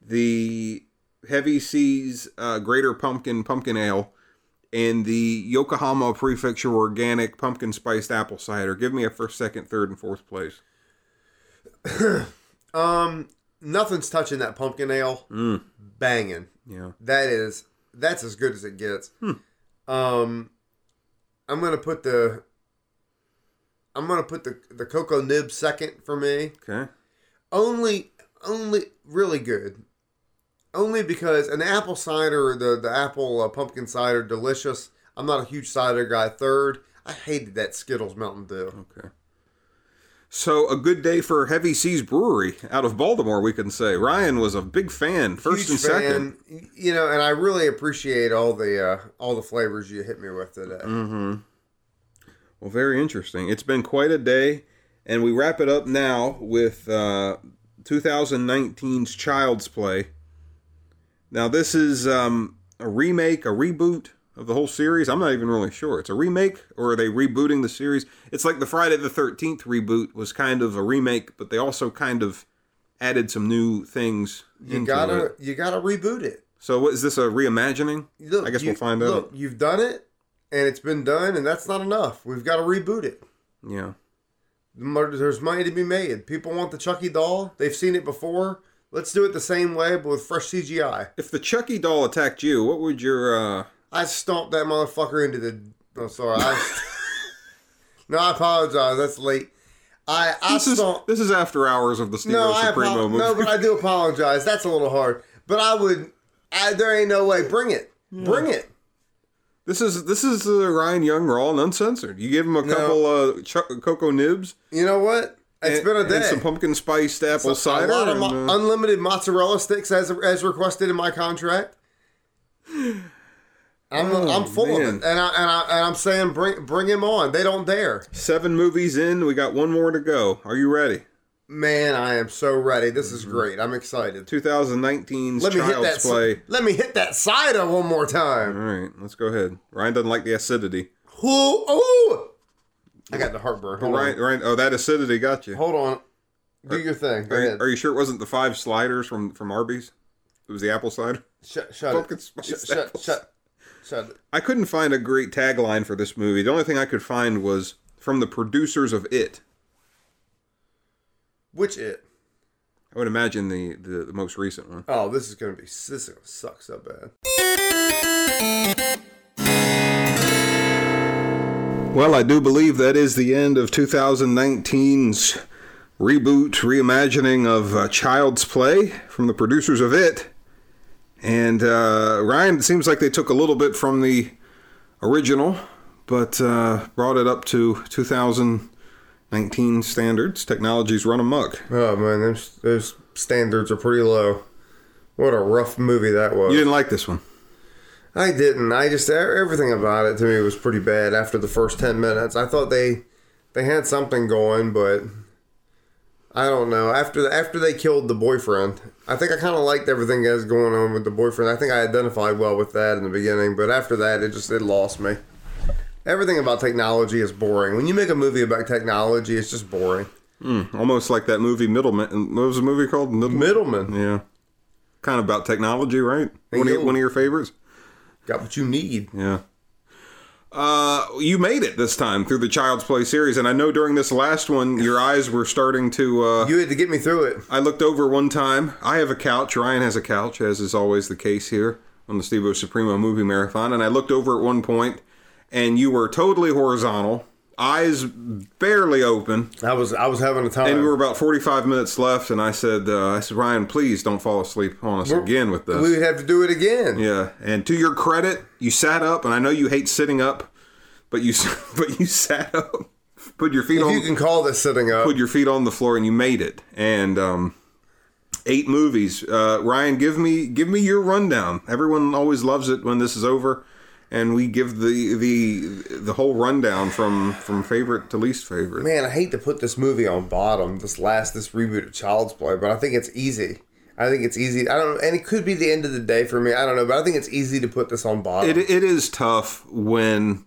B: the Heavy Seas uh, Greater Pumpkin Pumpkin Ale, and the Yokohama Prefecture Organic Pumpkin Spiced Apple Cider. Give me a first, second, third, and fourth place.
C: Um, nothing's touching that pumpkin ale.
B: Mm.
C: Banging.
B: Yeah.
C: That is that's as good as it gets.
B: Hmm.
C: Um, I'm gonna put the. I'm gonna put the the cocoa nib second for me.
B: Okay.
C: only only really good only because an apple cider the the apple uh, pumpkin cider delicious i'm not a huge cider guy third i hated that skittles mountain dew
B: Okay. So a good day for Heavy Seas Brewery out of Baltimore, we can say. Ryan was a big fan, first and
C: Huge
B: second.
C: fan, y- you know and i really appreciate all the uh, all the flavors you hit me with today
B: Mm-hmm. Well, very interesting. It's been quite a day, and we wrap it up now with uh, 2019's Child's Play. Now, this is um, a remake, a reboot of the whole series. I'm not even really sure. It's a remake, or are they rebooting the series? It's like the Friday the 13th reboot was kind of a remake, but they also kind of added some new things
C: you
B: into
C: gotta
B: it.
C: you gotta reboot it
B: So, what, is this a reimagining?
C: look
B: I guess
C: you-
B: we'll find
C: look,
B: out.
C: you've done it and it's been done and that's not enough we've got to reboot it
B: Yeah.
C: Mo- There's money to be made. People want the Chucky doll. They've seen it before. Let's do it the same way, but with fresh CGI.
B: If the Chucky doll attacked you, what would your. Uh,
C: I stomped that motherfucker into the. I'm
B: [LAUGHS]
C: sorry. I, no, I apologize. That's late. I I
B: This is,
C: stomped.
B: this is after hours of the Steve
C: No, I
B: Supremo
C: apo-
B: movie.
C: no, but I do apologize. That's a little hard. But I would. I, there ain't no way. Bring it. Bring it.
B: [LAUGHS] this is this is uh, Ryan Young raw and uncensored. You give him a couple uh, ch- cocoa nibs.
C: You know what? It's
B: and-
C: been a day.
B: And some pumpkin spiced apple
C: So,
B: cider.
C: A lot
B: and,
C: of mo-
B: uh,
C: unlimited mozzarella sticks as as requested in my contract. I'm, I'm full of
B: Oh, man.
C: it, and I and I and I'm saying bring bring him on. They don't dare.
B: seven movies in. We got one more to go. Are you ready?
C: Man, I am so ready. This is great. I'm excited.
B: 2019's
C: Let me hit
B: Mm-hmm. Child's
C: that. ci-
B: Play.
C: Let me hit that cider one more
B: All
C: time.
B: right, let's go ahead. Ryan doesn't like the acidity.
C: Who? Oh, I got the heartburn. Hold
B: Ryan,
C: on.
B: Ryan, oh, that acidity got you.
C: Hold on. Do your thing. Go
B: Are, you-
C: ahead.
B: are you sure it wasn't the five sliders from from Arby's? It was the apple cider.
C: shut shut
B: Pumpkin
C: it.
B: spice
C: Shut shut
B: apples.
C: shut shut it.
B: I couldn't find a great tagline for this movie. The only thing I could find was from the producers of It.
C: Which it?
B: I would imagine the, the, the most recent one.
C: Oh, this is gonna be this is gonna suck so bad.
B: Well, I do believe that is the end of 2019's reboot, reimagining of uh, Child's Play from the producers of It. And uh, Ryan, it seems like they took a little bit from the original, but uh, brought it up to 2019 standards. Technology's run amok.
C: Oh man, those those standards are pretty low. What a rough movie that was.
B: You didn't like this one.
C: I didn't. I just e- everything about it to me was pretty bad after the first ten minutes. I thought they they had something going, but I don't know. After after they killed the boyfriend, I think I kind of liked everything that was going on with the boyfriend. I think I identified well with that in the beginning, but after that, it just it lost me. Everything about technology is boring. When you make a movie about technology, it's just boring.
B: Almost like that movie Middleman. What was the movie called? Middleman.
C: Middleman
B: Yeah. Kind of about technology, right? One of,
C: you.
B: your- one of your favorites?
C: got what you need.
B: Yeah. Uh, you made it this time through the Child's Play series, and I know during this last one, your eyes were starting to. Uh,
C: You had to get me through it.
B: I looked over one time. I have a couch. Ryan has a couch, as is always the case here on the Steve O Supremo movie marathon. And I looked over at one point, and you were totally horizontal, eyes barely open,
C: I was I was having a time.
B: and we were about 45 minutes left. And I said, uh, I said, Ryan, please don't fall asleep on us again with this.
C: we would have to do it again.
B: Yeah, and to your credit, you sat up, and I know you hate sitting up, but you [LAUGHS] but you sat up, put your feet
C: If
B: on
C: you can call this sitting up.
B: put your feet on the floor, and you made it. And um, eight movies. Uh, Ryan, give me give me your rundown. Everyone always loves it when this is over, and we give the the the whole rundown from from favorite to least favorite.
C: Man, I hate to put this movie on bottom, this last this reboot of Child's Play, but I think it's easy. I think it's easy. I don't and it could be the end of the day for me. I don't know, but I think it's easy to put this on bottom.
B: It, it is tough when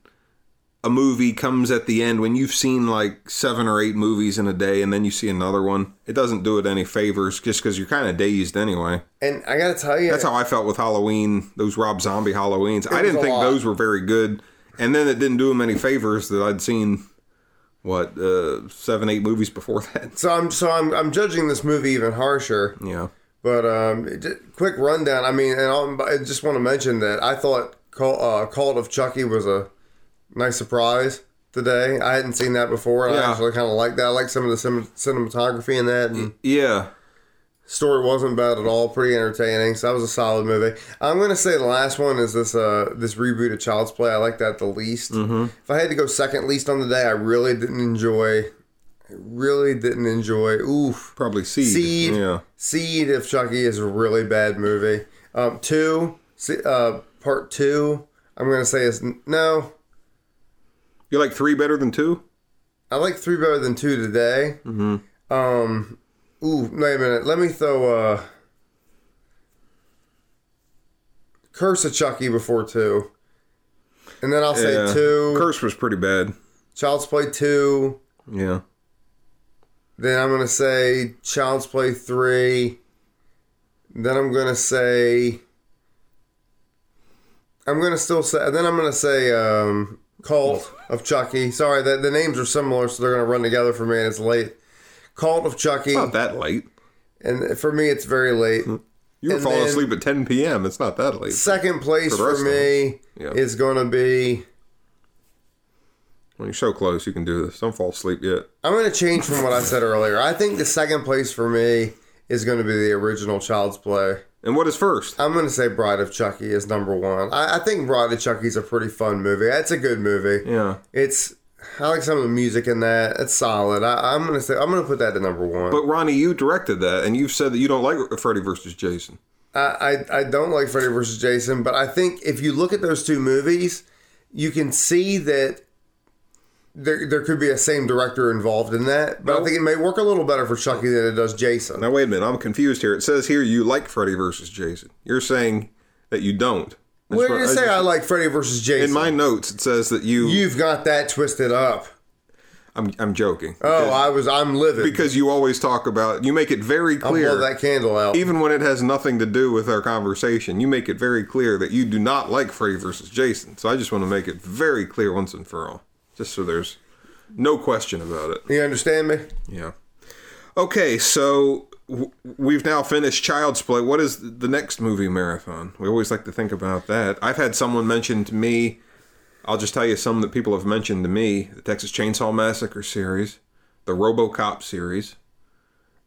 B: a movie comes at the end when you've seen like seven or eight movies in a day and then you see another one. It doesn't do it any favors just because you're kind of dazed anyway.
C: and I gotta tell you
B: That's how I felt with Halloween, those Rob Zombie Halloweens. I didn't
C: was a
B: think
C: lot.
B: those were very good. And then it didn't do him any favors that I'd seen, what, uh, seven, eight movies before [LAUGHS] that.
C: so I'm so I'm I'm judging this movie even harsher.
B: Yeah.
C: But um it ju- quick rundown, I mean, and I'll, I just want to mention that I thought Call, uh, Cult of Chucky was a nice surprise today. I hadn't seen that before. and I
B: Yeah.
C: actually kind of like that. I like some of the cinem- cinematography in that. And,
B: Yeah.
C: story wasn't bad at all. Pretty entertaining. So that was a solid movie. I'm gonna say the last one is this uh this reboot of Child's Play. I like that the least. If I had to go second least on the day, I really didn't enjoy. I really didn't enjoy. Oof.
B: Probably Seed.
C: Seed.
B: Yeah.
C: Seed of Chucky is a really bad movie. Um, two. se- Uh, part two. I'm gonna say is no.
B: You like three better than two?
C: I like three better than two today. Mm-hmm. Um, ooh, wait a minute. Let me throw uh, Curse of Chucky before two, and then I'll say
B: Yeah.
C: two.
B: Curse was pretty bad.
C: Child's Play two.
B: Yeah.
C: Then I'm gonna say Child's Play three. Then I'm gonna say. I'm gonna still say. Then I'm gonna say um, Cult of Chucky. Sorry, the, the names are similar, so they're gonna run together for me, and it's late. Cult of Chucky,
B: Not Hmm. that late.
C: and for me, it's very late.
B: You were
C: And
B: falling
C: then-
B: asleep at 10 p.m. It's not that late.
C: Second place
B: For the
C: for,
B: rest of
C: me
B: Yeah.
C: is gonna be.
B: When you're so close, you can do this. Don't fall asleep yet.
C: I'm going to change from what I said earlier. I think the second place for me is going to be the original Child's Play.
B: And what is first?
C: I'm gonna say Bride of Chucky is number one. I, I think Bride of Chucky's a pretty fun movie. It's a good movie.
B: Yeah.
C: It's I like some of the music in that. It's solid. I, I'm gonna say I'm gonna put that at number one.
B: But Ronnie, you directed that, and you've said that you don't like Freddy versus Jason.
C: I, I I don't like Freddy vs. Jason, but I think if you look at those two movies, you can see that there there could be a same director involved in that. But I think it may work a little better for Chucky than it does Jason.
B: Now wait a minute, I'm confused here. It says here you like Freddy versus Jason. You're saying that you don't. That's
C: Where do you
B: I
C: say
B: just-
C: I like Freddy vs. Jason?
B: in my notes it says that you.
C: You've got that twisted up.
B: I'm I'm joking.
C: Oh, I was I'm livid.
B: because you always talk about you make it very
C: I'll
B: clear
C: blow that candle out.
B: even when it has nothing to do with our conversation, you make it very clear that you do not like Freddy versus Jason. So I just want to make it very clear once and for all, just so there's no question about it.
C: You understand me?
B: Yeah. Okay, so w- we've now finished Child's Play. What is the next movie marathon? We always like to think about that. I've had someone mention to me, I'll just tell you some that people have mentioned to me the Texas Chainsaw Massacre series, the Robocop series.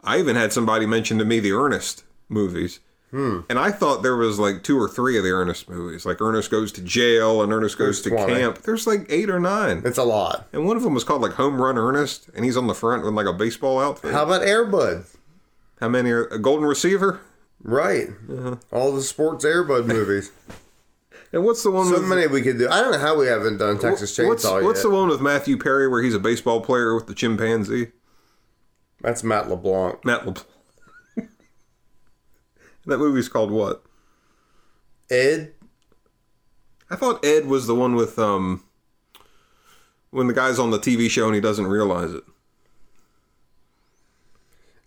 B: I even had somebody mention to me the Ernest movies. And I thought there was like two or three of the Ernest movies, like Ernest Goes to Jail and Ernest Goes
C: There's
B: to
C: 20.
B: Camp. There's like eight or nine.
C: It's a lot.
B: And one of them was called like Home Run Ernest, and he's on the front with like a baseball outfit.
C: How
B: How,
C: about Airbud?
B: many are a golden receiver?
C: Right.
B: Uh-huh.
C: All the sports
B: [LAUGHS]
C: Airbud movies.
B: And what's the one?
C: so
B: with,
C: many we could do. I don't know how we haven't done Texas Chainsaw
B: what's,
C: yet.
B: what's the one with Matthew Perry where he's a baseball player with the chimpanzee?
C: That's Matt LeBlanc.
B: Matt LeBlanc. [LAUGHS] that movie's called what?
C: Ed.
B: I thought Ed was the one with um when the guy's on the TV show and he doesn't realize it.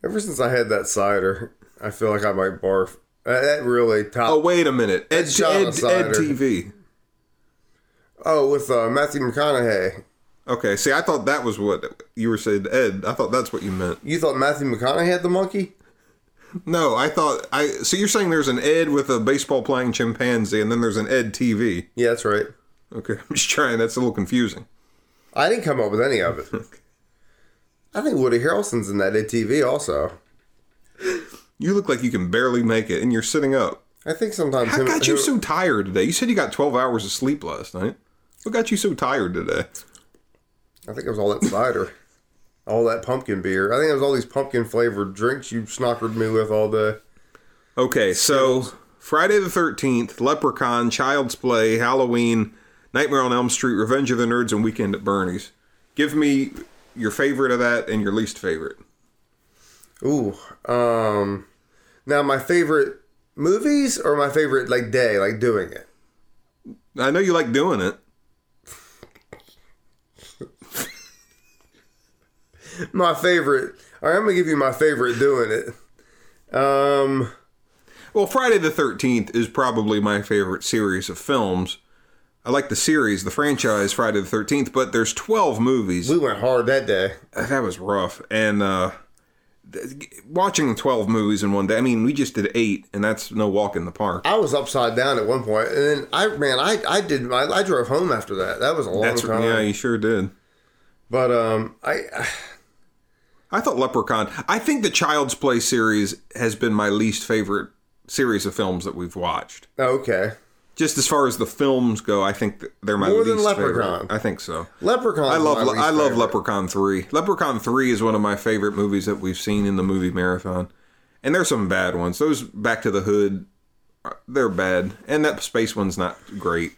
C: Ever since I had that cider, I feel like I might barf. That, that really top.
B: Oh
C: Oh,
B: wait a minute, Ed,
C: shot
B: Ed,
C: of cider.
B: Ed TV.
C: Oh, with uh, Matthew McConaughey.
B: Okay, see, I thought that was what you were saying, Ed. I thought that's what you meant.
C: You thought Matthew McConaughey had the monkey?
B: No, I thought I. So you're saying there's an Ed with a baseball playing chimpanzee, and then there's an Ed TV.
C: Yeah, that's right.
B: Okay, [LAUGHS] I'm just trying. That's a little confusing.
C: I didn't come up with any
B: [LAUGHS]
C: of it. I think Woody Harrelson's in that ATV also.
B: You look like you can barely make it, and you're sitting up.
C: I think sometimes.
B: How
C: him-
B: got you
C: him-
B: so tired today? You said you got 12 hours of sleep last night. What got you so tired today?
C: I think it was all that cider, all that pumpkin beer. I think it was all these pumpkin flavored drinks you snockered me with all day.
B: Okay, so Friday the 13th, Leprechaun, Child's Play, Halloween, Nightmare on Elm Street, Revenge of the Nerds, and Weekend at Bernie's. Give me your favorite of that and your least favorite.
C: Ooh. Um. Now my favorite movies or my favorite like day, like doing it.
B: I know you like doing it.
C: My favorite. All right, I'm gonna give you my favorite doing it. Um.
B: Well, Friday the 13th is probably my favorite series of films. I like the series, the franchise Friday the 13th, but there's 12 movies.
C: We went hard that day.
B: that was rough. And uh, th- watching 12 movies in one day, I mean, we just did eight, and that's no walk in the park.
C: I was upside down at one point, and then I man, I I did I, I drove home after that. That was a long
B: That's
C: time.
B: yeah, you sure did.
C: But um, I
B: I thought Leprechaun. I think the Child's Play series has been my least favorite series of films that we've watched.
C: okay.
B: Just as far as the films go, I think that they're my
C: More
B: least
C: than Leprechaun.
B: favorite. I think so.
C: Leprechaun.
B: I
C: is
B: love
C: my
B: Le-
C: least
B: I love
C: favorite.
B: Leprechaun 3. Leprechaun 3 is one of my favorite movies that we've seen in the movie marathon. And there's some bad ones. Those Back to the Hood uh, they're bad. And that space one's not great.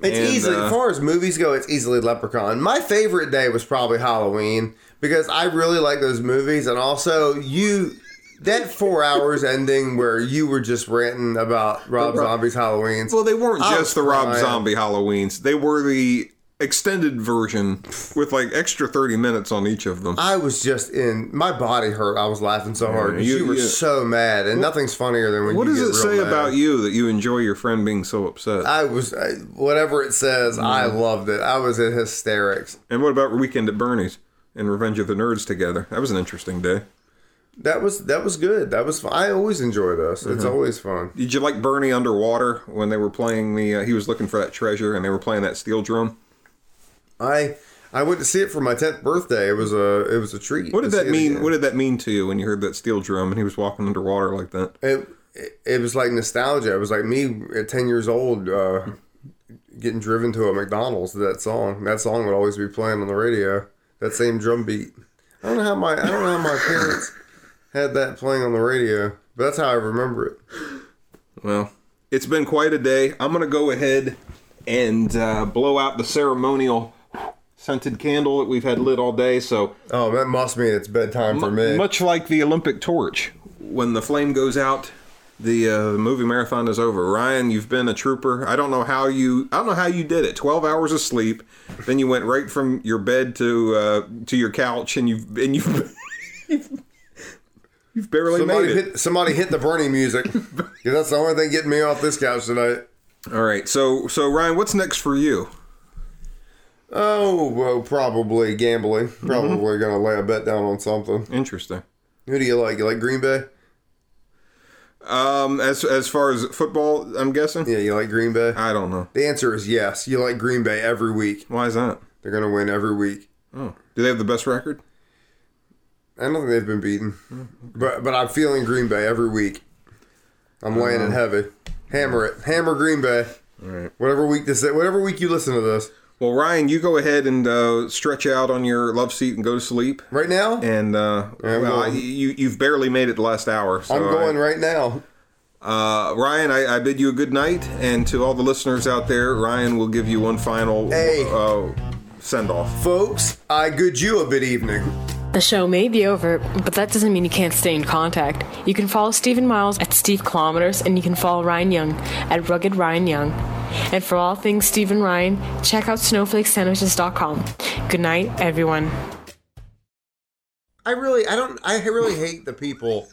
C: It's
B: and,
C: easily
B: uh,
C: as far as movies go. It's easily Leprechaun. My favorite day was probably Halloween because I really like those movies, and also you. That
B: [LAUGHS]
C: four hours ending where you were just ranting about Rob Zombie's Halloween.
B: Well, they weren't
C: I
B: just the
C: was
B: Rob
C: crying.
B: Zombie Halloweens. They were the extended version with like extra 30 minutes on each of them.
C: I was just in my body hurt. I was laughing so hard. 'cause
B: you-
C: You, were
B: you-
C: so mad, and nothing's funnier than when.
B: What
C: you
B: does
C: get
B: it
C: real
B: say
C: mad.
B: about you that you enjoy your friend being so upset?
C: I was I, whatever it says. I
B: Mm-hmm.
C: loved it. I was in hysterics.
B: and what about Weekend at Bernie's and Revenge of the Nerds together? That was an interesting day.
C: That was that was good. That was fun. I always enjoy those.
B: Mm-hmm.
C: It's always fun.
B: Did you like Bernie underwater when they were playing the? Uh, he was looking for that treasure, and they were playing that steel drum.
C: I I went to see it for my tenth birthday. It was a it was a treat.
B: What did
C: to
B: that
C: see it
B: mean?
C: again.
B: What did that mean to you when you heard that steel drum and he was walking underwater like that?
C: It, it it was like nostalgia. It was like me at ten years old uh, getting driven to a McDonald's to that song. That song would always be playing on the radio. That same drum beat. I don't know how my I don't know how my parents had that playing on the radio, but that's how I remember it.
B: Well, it's been quite a day. I'm gonna go ahead and uh, blow out the ceremonial scented candle that we've had lit all day. So
C: Oh, that must mean it's bedtime for me.
B: much like the Olympic torch, when the flame goes out. The uh, movie marathon is over. Ryan, you've been a trooper. I don't know how you. I don't know how you did it. Twelve hours of sleep, then you went right from your bed to uh, to your couch, and you've and you've [LAUGHS] you've barely
C: Somebody
B: made it.
C: hit, somebody hit the
B: [LAUGHS]
C: Bernie music. 'Cause that's the only thing getting me off this couch tonight.
B: All right. So so Ryan, what's next for you?
C: Oh, well, probably gambling. Probably gonna lay a bet down on something.
B: Interesting.
C: Who do you like? You like Green Bay?
B: Um, as as far as football, I'm guessing.
C: Yeah, you like Green Bay.
B: I don't know.
C: The answer is yes. You like Green Bay every week.
B: Why is that?
C: They're gonna win every week.
B: Oh, do they have the best record?
C: I don't think they've been beaten, but but I'm feeling Green Bay every week. I'm laying it heavy. Hammer it. Hammer Green Bay.
B: All right.
C: Whatever week this, whatever week you listen to this.
B: Well, Ryan, you go ahead and uh, stretch out on your love seat and go to sleep.
C: Right now,
B: And uh,
C: I'm
B: well,
C: going.
B: I- you you've barely made it the last hour. So
C: I'm
B: I-
C: going right now.
B: uh, Ryan, I, I bid you a good night, and to all the listeners out there, Ryan will give you one final
C: Hey.
B: uh, send off.
C: Folks, I good you a bit evening.
F: The show may be over, but that doesn't mean you can't stay in contact. You can follow Stephen Miles at Steve Kilometers, and you can follow Ryan Young at Rugged Ryan Young. And for all things Stephen Ryan, check out snowflakesandwiches.com. Good night, everyone.
C: I really, I don't, I really hate the people